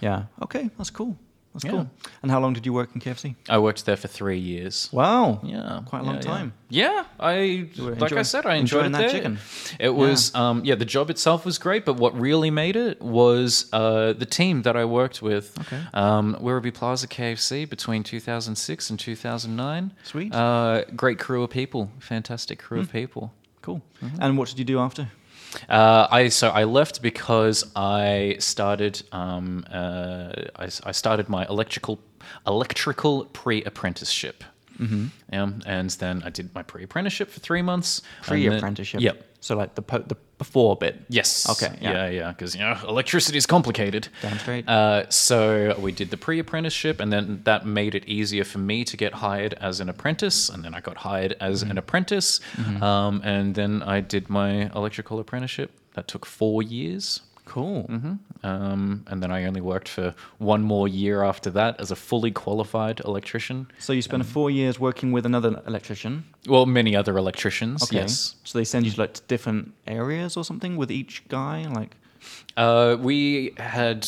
A: Yeah. Okay, that's cool. That's
B: Yeah.
A: cool. And how long did you work in KFC?
B: I worked there for 3 years.
A: Wow.
B: Yeah,
A: Quite a long
B: yeah, yeah.
A: time.
B: Yeah, I
A: were
B: like I
A: enjoying-
B: said, I
A: enjoying
B: enjoyed it
A: that
B: there.
A: chicken.
B: It was um, yeah, the job itself was great, but what really made it was uh, the team that I worked with.
A: Okay.
B: Um, Werribee Plaza KFC between 2006 and 2009.
A: Sweet. Hmm.
B: Uh, great crew of people, fantastic crew of people.
A: Cool. And what did you do after?
B: Uh, I so I left because I started um, uh, I, s- I started my electrical electrical pre apprenticeship. Mm-hmm. and then I did my pre apprenticeship for three months. and then-
A: Pre-apprenticeship.
B: Yep.
A: So like the po- the before bit.
B: Yes.
A: Okay, yeah.
B: Yeah, yeah. Because you know, electricity is complicated.
A: Damn straight.
B: Uh, so we did the pre-apprenticeship, and then that made it easier for me to get hired as an apprentice, and then I got hired as
A: Mm-hmm.
B: an apprentice, um, and then I did my electrical apprenticeship. That took four years.
A: Cool.
B: Um, and then I only worked for one more year after that as a fully qualified electrician.
A: So you spent four years working with another electrician.
B: Well, many other electricians,
A: Okay.
B: yes.
A: So they send you to like to different areas or something with each guy, like
B: Uh, we had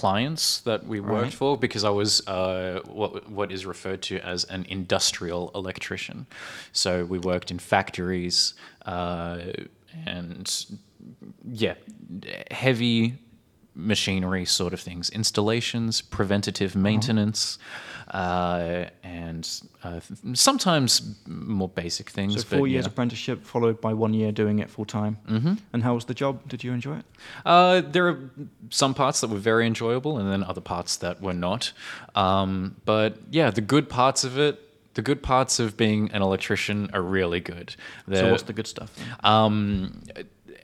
B: clients that we worked
A: Right.
B: for because I was uh, what what is referred to as an industrial electrician. So we worked in factories uh, and yeah, heavy machinery sort of things, installations, preventative
A: Mm-hmm.
B: maintenance, uh, and uh, th- sometimes more basic things.
A: so
B: but
A: four years
B: yeah.
A: apprenticeship followed by one year doing it full time. Mm-hmm. And how was the job? Did you enjoy it?
B: Uh, there are some parts that were very enjoyable, and then other parts that were not. Um, but yeah, the good parts of it, the good parts of being an electrician, are really good.
A: so
B: They're-
A: what's the good stuff? Then?
B: um,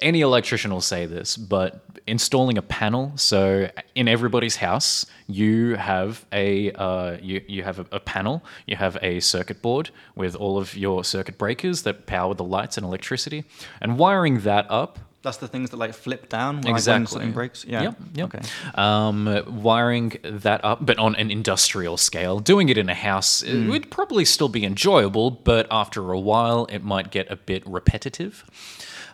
B: any electrician will say this, but installing a panel, so in everybody's house, you have a uh, you you have a, a panel, you have a circuit board with all of your circuit breakers that power the lights and electricity, and wiring that up
A: That's the things that like flip down like, when
B: Exactly.
A: something breaks. Yeah.
B: Yep. yep.
A: Okay.
B: Um, wiring that up, but on an industrial scale. Doing it in a house it
A: Mm.
B: would probably still be enjoyable, but after a while, it might get a bit repetitive.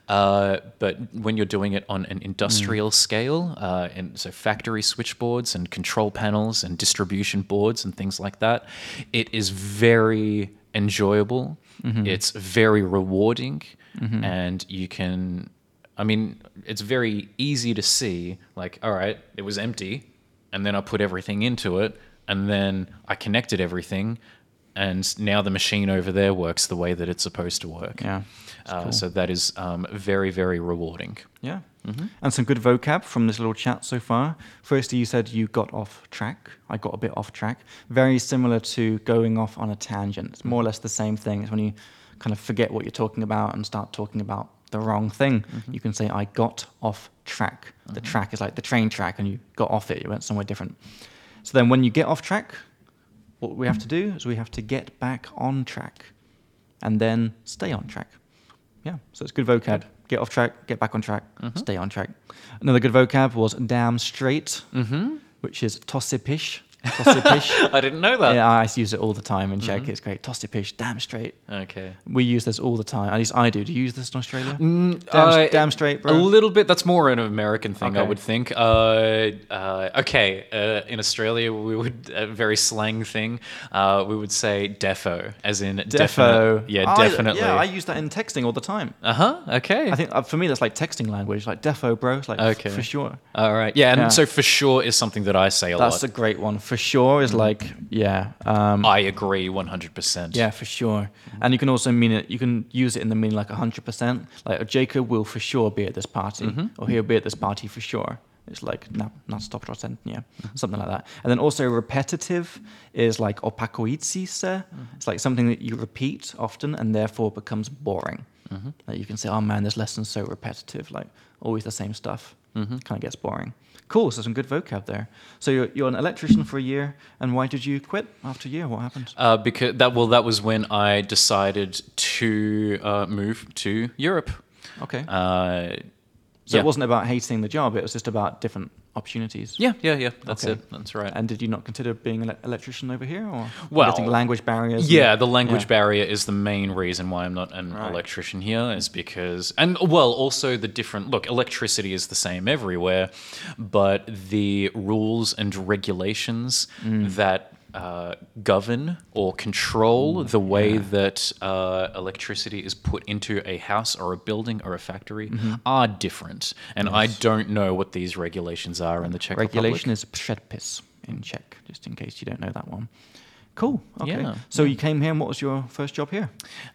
B: Uh, but when you're doing it on an
A: Mm.
B: industrial scale, uh, and so factory switchboards and control panels and distribution boards and things like that, it is very enjoyable.
A: Mm-hmm.
B: It's very rewarding, and you can I mean, it's very easy to see, like, all right, it was empty, and then I put everything into it, and then I connected everything, and now the machine over there works the way that it's supposed to work.
A: Yeah.
B: Uh, So that is um, very, very rewarding.
A: Yeah.
B: Mm-hmm.
A: And some good vocab from this little chat so far. Firstly, you said you got off track. I got a bit off track. Very similar to going off on a tangent. It's
B: Mm-hmm.
A: more or less the same thing. It's when you kind of forget what you're talking about and start talking about the wrong thing.
B: Mm-hmm.
A: You can say, I got off track. The track is like the train track, and you got off it. You went somewhere different. So then when you get off track, what we have to do is we have to get back on track and then stay on track. Yeah, so it's good vocab. Get off track, get back on track,
B: Mm-hmm.
A: stay on track. Another good vocab was damn straight, mm-hmm. which is tossipish. Tossipish.
B: <laughs> I didn't know that.
A: yeah, I use it all the time in
B: Mm-hmm.
A: Czech. It's great. Tossipish, damn straight.
B: Okay.
A: We use this all the time. At least I do. Do you use this in Australia? damn,
B: uh,
A: damn straight,
B: A
A: bro.
B: little bit. That's more an American thing, I
A: Okay.
B: would think. Uh, uh, okay, uh, in Australia, we would a very slang thing. Uh, we would say defo, as in
A: Defo. Oh,
B: definite- Yeah,
A: I-
B: definitely.
A: Yeah, I use that in texting all the time.
B: uh huh. Okay.
A: I think uh, for me that's like texting language, like defo, bro. It's like f-
B: Okay.
A: for sure.
B: All right. Yeah, and
A: Yeah.
B: so for sure is something that I say a
A: That's a
B: lot. Mm.
A: great one. For sure is like yeah, um,
B: I agree 100%.
A: yeah, for sure. And you can also mean it. You can use it in the meaning like hundred percent. Like Jacob will for sure be at this party, or he'll be at this party for sure. It's like na not stop percent, yeah, something like that. And then also repetitive is like opakoitsise. It's like something that you repeat often and therefore becomes boring. Like you can say, oh man, this lesson's so repetitive, like always the same stuff. Kind of gets boring. Cool, so some good vocab there. So you're, you're an electrician for a year, and why did you quit after a year? What happened?
B: Uh, because that well, that was when I decided to uh, move to Europe.
A: Okay.
B: Uh,
A: So
B: Yeah.
A: it wasn't about hating the job; it was just about different opportunities.
B: Yeah, yeah, yeah. That's
A: Okay.
B: it. That's right.
A: And did you not consider being an ele- electrician over here, or
B: Well,
A: getting language barriers? and-
B: Yeah, the language
A: yeah.
B: barrier is the main reason why I'm not an
A: Right.
B: electrician here, is because, and well, also the different look, electricity is the same everywhere, but the rules and regulations
A: Mm.
B: that uh, govern or control
A: Mm.
B: the way that uh, electricity is put into a house or a building or a factory
A: Mm-hmm.
B: are different. And I don't know what these regulations are in the Czech Republic.
A: Regulation is předpis in Czech, just in case you don't know that one. Cool. Okay.
B: Yeah.
A: So you came here. And what was your first job here?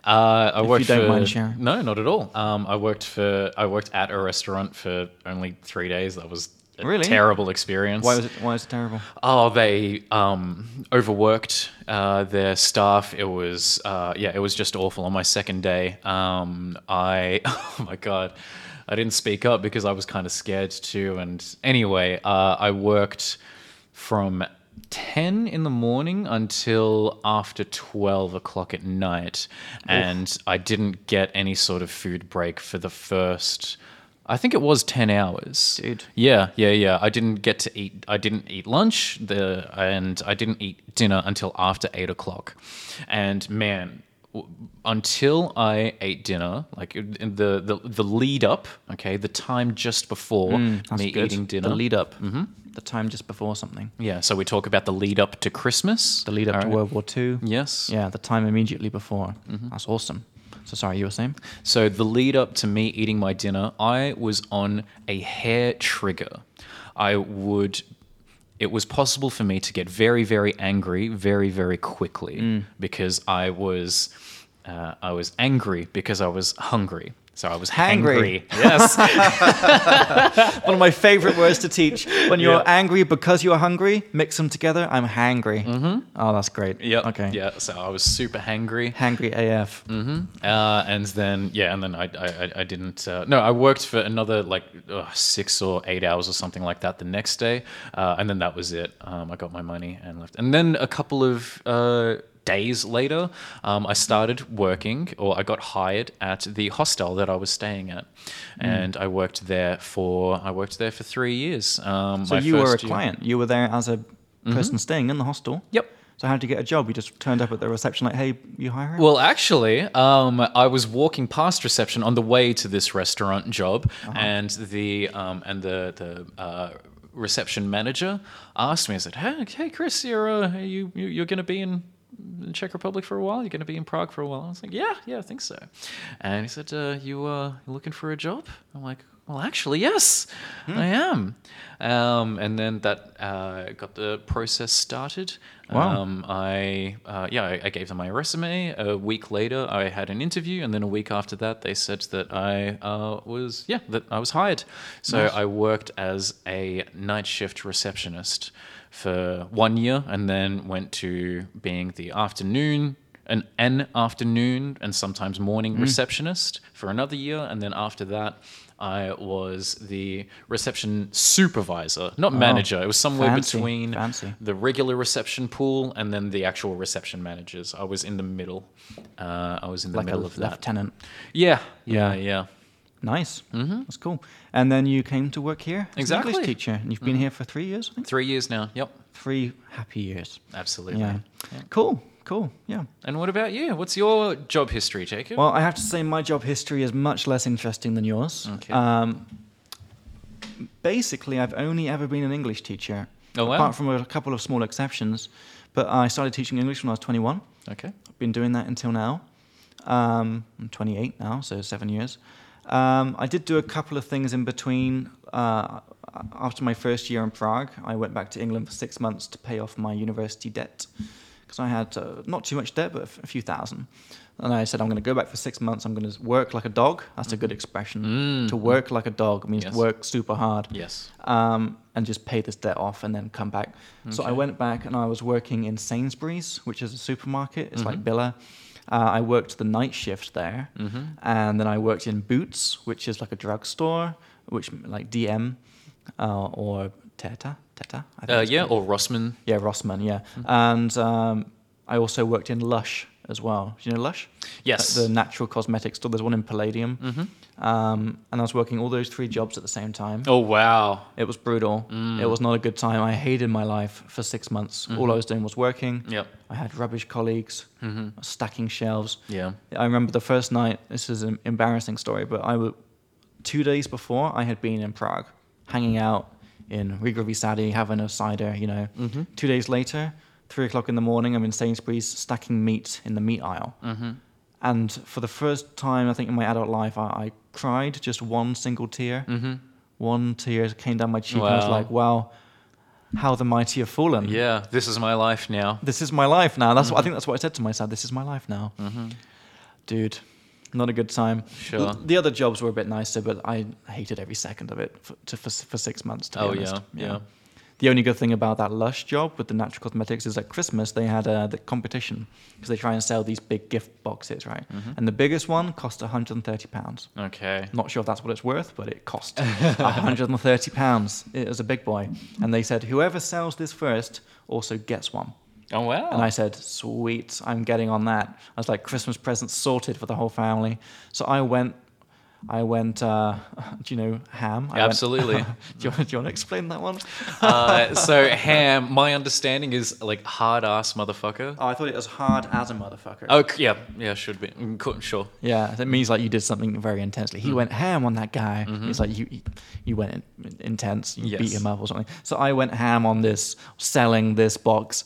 B: Uh, I
A: you
B: worked
A: don't
B: for,
A: mind sharing.
B: No, not at all. Um, I worked for I worked at a restaurant for only three days. That was a
A: Really?
B: terrible experience.
A: Why was it? Why is it terrible?
B: Oh, they um, overworked uh, their staff. It was uh, yeah, it was just awful. On my second day, um, I <laughs> oh my god, I didn't speak up because I was kind of scared too. And anyway, uh, I worked from. 10 in the morning until after 12 o'clock at night and i didn't get any sort of food break for the first i think it was 10 hours
A: Dude.
B: yeah, yeah, yeah. I didn't get to eat. I didn't eat lunch, the and I didn't eat dinner until after eight o'clock. And man, w- until I ate dinner, like in the the, the lead up, okay, the time just before
A: Mm, That's
B: Mm, me
A: good.
B: eating dinner.
A: The lead up. Mm-hmm. The time just before something.
B: yeah, so we talk about the lead up to Christmas.
A: The lead up
B: All
A: to
B: right.
A: World War Two.
B: Yes.
A: Yeah. The time immediately before.
B: Mm-hmm.
A: That's awesome. So sorry, you were saying?
B: So the lead up to me eating my dinner, I was on a hair trigger. I would it was possible for me to get very very angry very very quickly because I was uh, I was angry because I was hungry. So I was
A: Hangry.
B: hangry. Yes.
A: One of my favorite words to teach. When you're
B: Yeah.
A: angry because you're hungry, mix them together. I'm hangry. Mm-hmm. Oh, that's great.
B: yep.
A: Okay.
B: Yeah, so I was super hangry.
A: Hangry AF.
B: Uh, and then yeah, and then I I, I- I didn't uh, no I worked for another like uh, six or eight hours or something like that the next day, uh, and then that was it. Um, I got my money and left. And then a couple of uh, days later, um, I started working or I got hired at the hostel that I was staying at,
A: Hmm.
B: and I worked there for I worked there for three years. Um,
A: So
B: my
A: you were a
B: first year- Mm-hmm.
A: client. You were there as a person staying in the hostel.
B: Yep.
A: So how did you get a job? You just turned up at the reception like, hey, you hiring?
B: Well, actually, um, I was walking past reception on the way to this restaurant job, and the um, and the the uh, reception manager asked me. I said, "Hey, hey Chris, you're uh, you, you you're going to be in." the Czech Republic for a while. You're going to be in Prague for a while. I was like, yeah, yeah, I think so. And he said, uh, you uh, you looking for a job? I'm like, well, actually, yes, I am. Um, and then that uh, got the process started.
A: Wow.
B: Um, I uh, yeah, I, I gave them my resume. A week later, I had an interview, and then a week after that, they said that I uh, was yeah that I was hired. So I worked as a night shift receptionist for one year, and then went to being the afternoon. An, an afternoon and sometimes
A: Mm.
B: morning receptionist for another year, and then after that, I was the reception supervisor, not manager. It was somewhere
A: Oh, Fancy,
B: between
A: fancy.
B: the regular reception pool and then the actual reception managers. I was in the middle. Uh, I was in the
A: like a
B: middle of that.
A: lieutenant.
B: Yeah, yeah, yeah.
A: Nice. Mm-hmm. That's cool. And then you came to work here as
B: Exactly. Mm-hmm.
A: an English teacher. And you've been here for three years, I think?
B: Three years now. Yep,
A: Three happy years.
B: absolutely.
A: Yeah. Cool. Cool. Yeah.
B: And what about you? What's your job history, Jacob?
A: Well, I have to say, my job history is much less interesting than yours.
B: Okay.
A: Um, basically, I've only ever been an English teacher,
B: Oh, wow.
A: apart from a couple of small exceptions. But I started teaching English when I was 21.
B: okay.
A: I've been doing that until now. Um, I'm 28 now, so seven years. Um, I did do a couple of things in between. Uh, after my first year in Prague, I went back to England for six months to pay off my university debt because I had uh, not too much debt, but a f- a few thousand. And I said, I'm going to go back for six months. I'm going to work like a dog. That's a good expression.
B: Mm.
A: To work like a dog means
B: Yes.
A: work super hard
B: Yes.
A: um, and just pay this debt off and then come back. So I
B: Okay.
A: went back and I was working in Sainsbury's, which is a supermarket. It's like
B: Mm-hmm.
A: Billa. Uh, I worked the night shift there, and then I worked in Boots, which is like a drugstore, which like DM uh, or Teta Teta. I
B: Uh,
A: it's
B: yeah,
A: called.
B: or Mm-hmm. Rossman.
A: yeah, Rossmann, yeah. And um, I also worked in Lush, as well. Do you know Lush?
B: Yes. Mm-hmm. Mm.
A: Like the natural cosmetic store. There's one in Palladium. Um, and I was working all those three jobs at the same time.
B: Oh wow.
A: It was brutal. It was not a good time. I hated my life for six months. All I was doing was working.
B: Yep.
A: I had rubbish colleagues, stacking shelves.
B: Yeah.
A: I remember the first night. This is an embarrassing story, but I was two days before I had been in Prague, hanging out in Riga Sadi, having a cider. You know,
B: Mm-hmm.
A: two days later, three o'clock in the morning, I'm in Sainsbury's stacking meat in the meat aisle.
B: Mm. Mm-hmm.
A: And for the first time, I think in my adult life, I, I cried just one single tear.
B: Mm-hmm.
A: One tear came down my cheek, and I was
B: Wow.
A: like, "Wow, how the mighty have fallen."
B: Yeah. Mm-hmm. This is my life now.
A: this is my life now. That's what I think. That's what I said to myself. This is my life now, dude. Not a good time.
B: Mm-hmm. Sure.
A: L- the other jobs were a bit nicer, but I hated every second of it for, to, for, s- for six months. To be
B: Oh,
A: honest.
B: yeah, yeah.
A: The only good thing about that Lush job with the natural cosmetics is at Christmas they had uh, the competition because they try and sell these big gift boxes, right?
B: Mm-hmm.
A: And the biggest one cost 130 pounds.
B: Okay.
A: Not sure if that's what it's worth, but it
B: <laughs>
A: cost 130 pounds. It was a big boy, and they said whoever sells this first also gets one.
B: Oh wow.
A: And I said, sweet, I'm getting on that. I was like, Christmas presents sorted for the whole family. So I went, I went, uh, <laughs> do you know ham? I went-
B: Absolutely.
A: <laughs> do, you, do you want to explain that
B: <laughs>
A: one?
B: uh, so ham. My understanding is like hard ass motherfucker.
A: Oh, I thought it was hard as a motherfucker.
B: Oh c- yeah, yeah. Should be. Mm, cool, Sure.
A: Yeah,
B: Mm.
A: that means like you did something very intensely. He went ham on that guy. It's like you, you went in, intense. You beat
B: Mm-hmm. Yes.
A: him up or something. So I went ham on this, selling this box,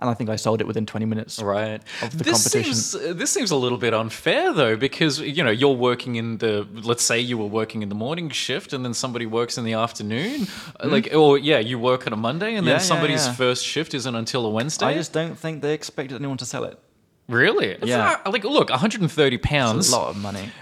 A: and I think I sold it within 20 minutes.
B: Right.
A: Of the
B: this
A: competition.
B: Seems, uh, this seems a little bit unfair though, because you know you're working in the. Let's say you were working in the morning shift, and then somebody works in the afternoon. Uh, Like, or yeah, you work on a Monday, and
A: Hmm? Yeah,
B: then
A: yeah,
B: somebody's
A: yeah.
B: first shift isn't until a Wednesday.
A: I just don't think they expected anyone to sell it.
B: really? It's
A: Yeah.
B: not- like, look, 130
A: It's
B: pounds.
A: a lot of money.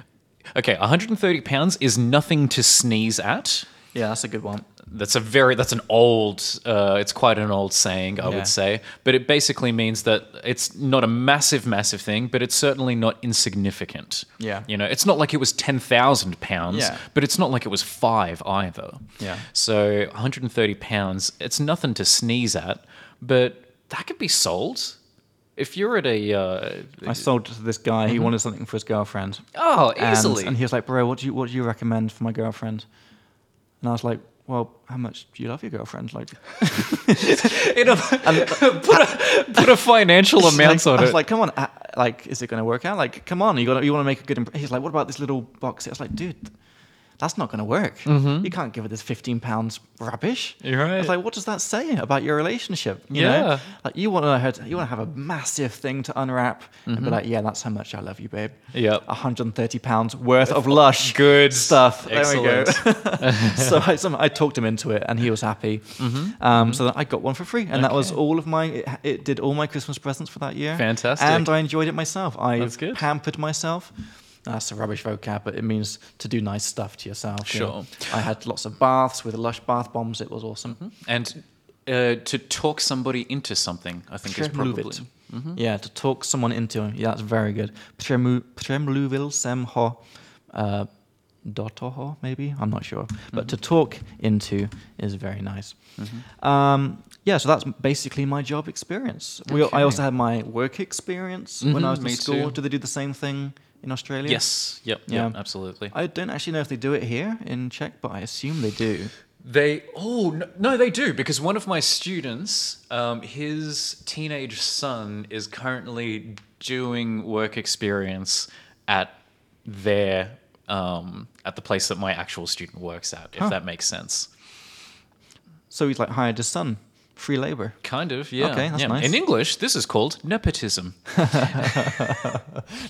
B: Okay, 130 pounds is nothing to sneeze at.
A: Yeah, that's a good one.
B: That's a very that's an old uh, it's quite an old saying I
A: Yeah.
B: would say, but it basically means that it's not a massive massive thing, but it's certainly not insignificant.
A: Yeah.
B: you know, it's not like it was ten thousand pounds,
A: Yeah.
B: but it's not like it was five either.
A: Yeah.
B: so one hundred and thirty pounds, it's nothing to sneeze at, but that could be sold if you're at a uh,
A: I sold it to this guy. He wanted something for his girlfriend.
B: oh
A: And-
B: Mm-hmm. easily.
A: And, he was like, "Bro, what do you what do you recommend for my girlfriend?" And I was like, "Well, how much do you love your girlfriend?" Like, <laughs>
B: In a- put, a, put a financial amount
A: like,
B: on
A: I was
B: it.
A: like, "Come on, uh, like, is it going to work out? Like, come on, you got you want to make a good impression." He's like, "What about this little box?" I was like, "Dude." That's not going to work. You can't give her this fifteen pounds rubbish.
B: Mm-hmm. You're
A: I was
B: right.
A: like, what does that say about your relationship? You
B: Yeah.
A: know, like you want her to, you want to have a massive thing to unwrap and
B: Mm-hmm.
A: be like, yeah, that's how much I love you, babe.
B: Yep.
A: 130 pounds worth of lush
B: Good
A: stuff. There we
B: Excellent.
A: go.
B: <laughs>
A: so I, some, I talked him into it, and he was happy. Um, So then I got one for free, and that was
B: Mm-hmm. Okay.
A: all of my. It, it did all my Christmas presents for that year.
B: Fantastic.
A: And I enjoyed it myself. I
B: That's good.
A: pampered myself. That's a rubbish vocab, but it means to do nice stuff to yourself. you know.
B: Sure.
A: I had lots of baths with lush bath bombs. It was awesome.
B: Mm-hmm. And uh, to talk somebody into something, I think is
A: Przemluwić.
B: probably. Mm-hmm.
A: Yeah, to talk someone into. Yeah, that's very good. Przemu- Przemluvil sem ho. Uh, dotoho, maybe? I'm not sure. But
B: Mm-hmm.
A: to talk into is very nice. Um, yeah, so that's basically my job experience. We, I
B: Okay.
A: also had my work experience when I
B: Mhm,
A: was in
B: me
A: school.
B: too.
A: Do they do the same thing in Australia?
B: Yes. Yep.
A: Yeah.
B: Yep. Absolutely.
A: I don't actually know if they do it here in Czech, but I assume they do.
B: They oh no, no they do because one of my students, um, his teenage son is currently doing work experience at their um, at the place that my actual student works at, if
A: Huh.
B: that makes sense.
A: So he's like hired his son, free labor.
B: Kind of, yeah.
A: Okay, that's
B: yeah.
A: nice.
B: In English, this is called
A: <laughs>
B: nepotism.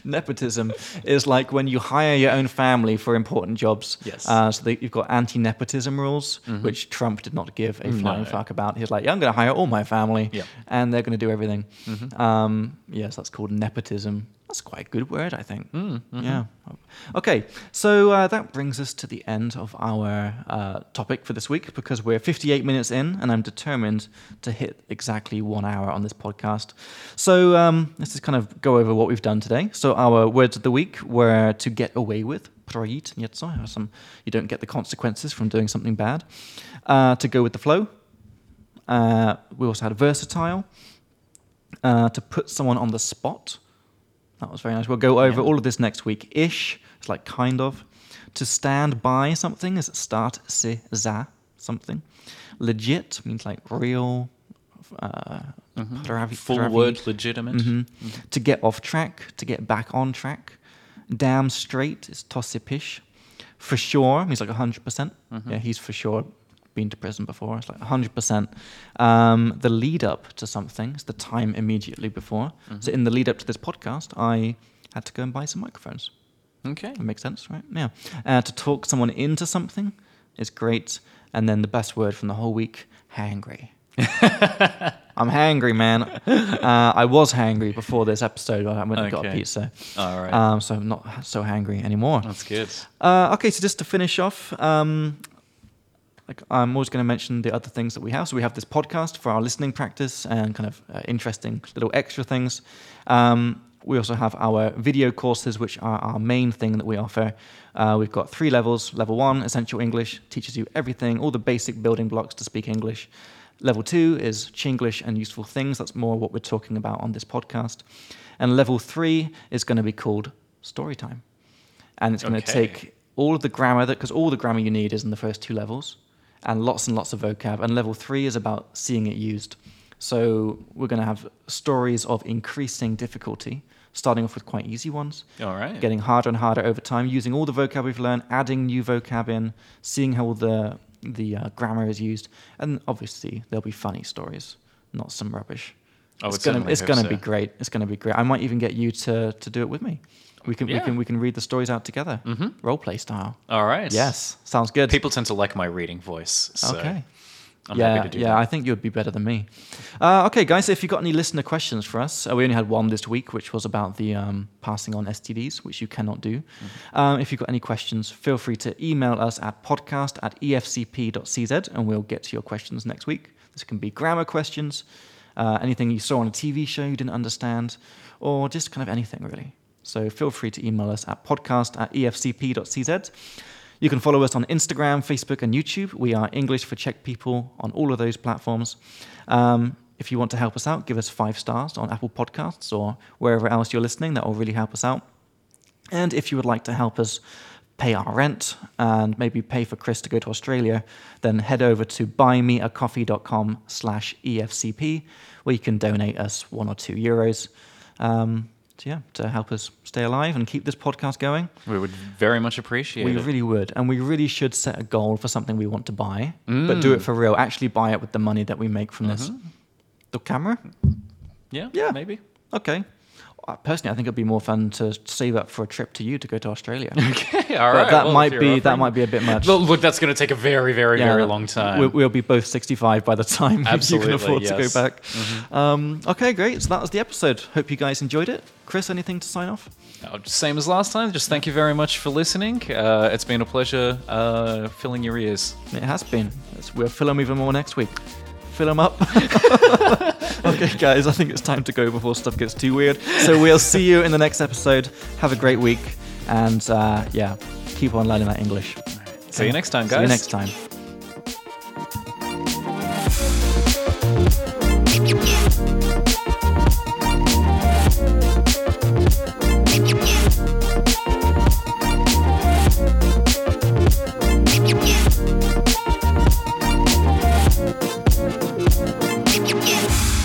A: Nepotism is like when you hire your own family for important jobs.
B: Yes. Mm-hmm.
A: Uh, so they, you've got anti-nepotism rules, which Trump did not give a flying
B: Mm, No.
A: fuck about. He's like, yeah, I'm going to hire all my family,
B: Yep.
A: and they're going to do everything. Um, yes, that's called nepotism. That's quite a good word, I think. Yeah. Okay, so uh, that brings us to the end of our uh, topic for this week because we're 58 minutes in, and I'm determined to hit exactly one hour on this podcast. So um, let's just kind of go over what we've done today. So our words of the week were to get away with, proit nieco, or some you don't get the consequences from doing something bad. Uh, to go with the flow. Uh, we also had versatile. Uh, to put someone on the spot That was very nice. We'll go over all of this next week ish. It's like kind of. To stand by something is start si za something. Legit means like real. Uh, pravi-
B: Full
A: pravi-
B: word legitimate.
A: Mhm. To get off track, to get back on track. Damn straight is tossipish. For sure means like 100%. percent Yeah, he's for sure been to prison before. It's like 100%. Um, the lead up to something is the time immediately before. So in the lead up to this podcast, I had to go and buy some microphones.
B: Okay.
A: That makes sense, right? Yeah. Uh, to talk someone into something is great. And then the best word from the whole week,
B: <laughs>
A: hangry. I'm hangry, man. Uh, I was hangry before this episode. I went and got a
B: Okay.
A: pizza.
B: All right.
A: Um, so I'm not so hangry anymore.
B: That's good.
A: Uh, okay, so just to finish off, um, like I'm always going to mention the other things that we have. So we have this podcast for our listening practice and kind of uh, interesting little extra things. Um, we also have our video courses, which are our main thing that we offer. Uh, we've got three levels. Level one, Essential English, teaches you everything, all the basic building blocks to speak English. Level two is Chinglish and useful things. That's more what we're talking about on this podcast. And level three is going to be called Story Time, and it's going to
B: Okay.
A: take all of the grammar that because all the grammar you need is in the first two levels and lots and lots of vocab and level three is about seeing it used so we're going to have stories of increasing difficulty starting off with quite easy ones
B: All right.
A: getting harder and harder over time using all the vocab we've learned adding new vocab in seeing how all the the uh, grammar is used and obviously there'll be funny stories not some rubbish
B: I would
A: it's gonna
B: certainly
A: it's
B: hope
A: gonna
B: so.
A: be great it's gonna be great i might even get you to to do it with me we can we
B: Yeah.
A: can we can read the stories out together
B: Mhm.
A: role play style
B: All right.
A: Yes, sounds good.
B: People tend to like my reading voice. So
A: okay.
B: I'm
A: yeah,
B: happy to do
A: yeah.
B: that.
A: I think you'd be better than me. Uh, okay, guys, if you've got any listener questions for us, uh, we only had one this week, which was about the um, passing on STDs, which you cannot do.
B: Mm-hmm.
A: Um, if you've got any questions, feel free to email us at podcast at E efcp.cz, and we'll get to your questions next week. This can be grammar questions, uh, anything you saw on a TV show you didn't understand, or just kind of anything really. So feel free to email us at podcast at E efcp.cz. You can follow us on Instagram, Facebook, and YouTube. We are English for Czech people on all of those platforms. Um, if you want to help us out, give us five stars on Apple Podcasts or wherever else you're listening. That will really help us out. And if you would like to help us pay our rent and maybe pay for Chris to go to Australia, then head over to buymeacoffee.com slash E EFCP, where you can donate us one or two euros. Um, so yeah, to help us stay alive and keep this podcast going.
B: we would very much appreciate
A: We
B: it.
A: really would, and we really should set a goal for something we want to buy, but do it for real. Actually, buy it with the money that we make from this. The camera,
B: yeah.
A: Yeah.
B: Maybe. <laughs>
A: okay. Uh, Personally, I think it'd be more fun to save up for a trip to you to go to Australia.
B: <laughs> Okay. All
A: But
B: right.
A: that
B: well, if
A: might
B: you're
A: be that
B: offering-
A: might be a bit much.
B: Look, look, that's going to take a very, very,
A: Yeah,
B: very
A: that-
B: long time.
A: We, we'll be both sixty-five by the time <laughs> you
B: Absolutely,
A: can afford
B: yes. Mm-hmm.
A: to go back. Um, okay, great. So that was the episode. Hope you guys enjoyed it. Chris, anything to sign off?
B: Uh, Same as last time. Just thank you very much for listening. Uh, it's been a pleasure uh, filling your ears.
A: It has been. It's, we'll fill them even more next week. Fill them
B: <laughs>
A: up. okay, guys, I think it's time to go before stuff gets too weird. So we'll see you in the next episode. Have a great week. And uh, yeah, keep on learning that English.
B: See you next time,
A: See you
B: guys.
A: next time.
C: Yeah.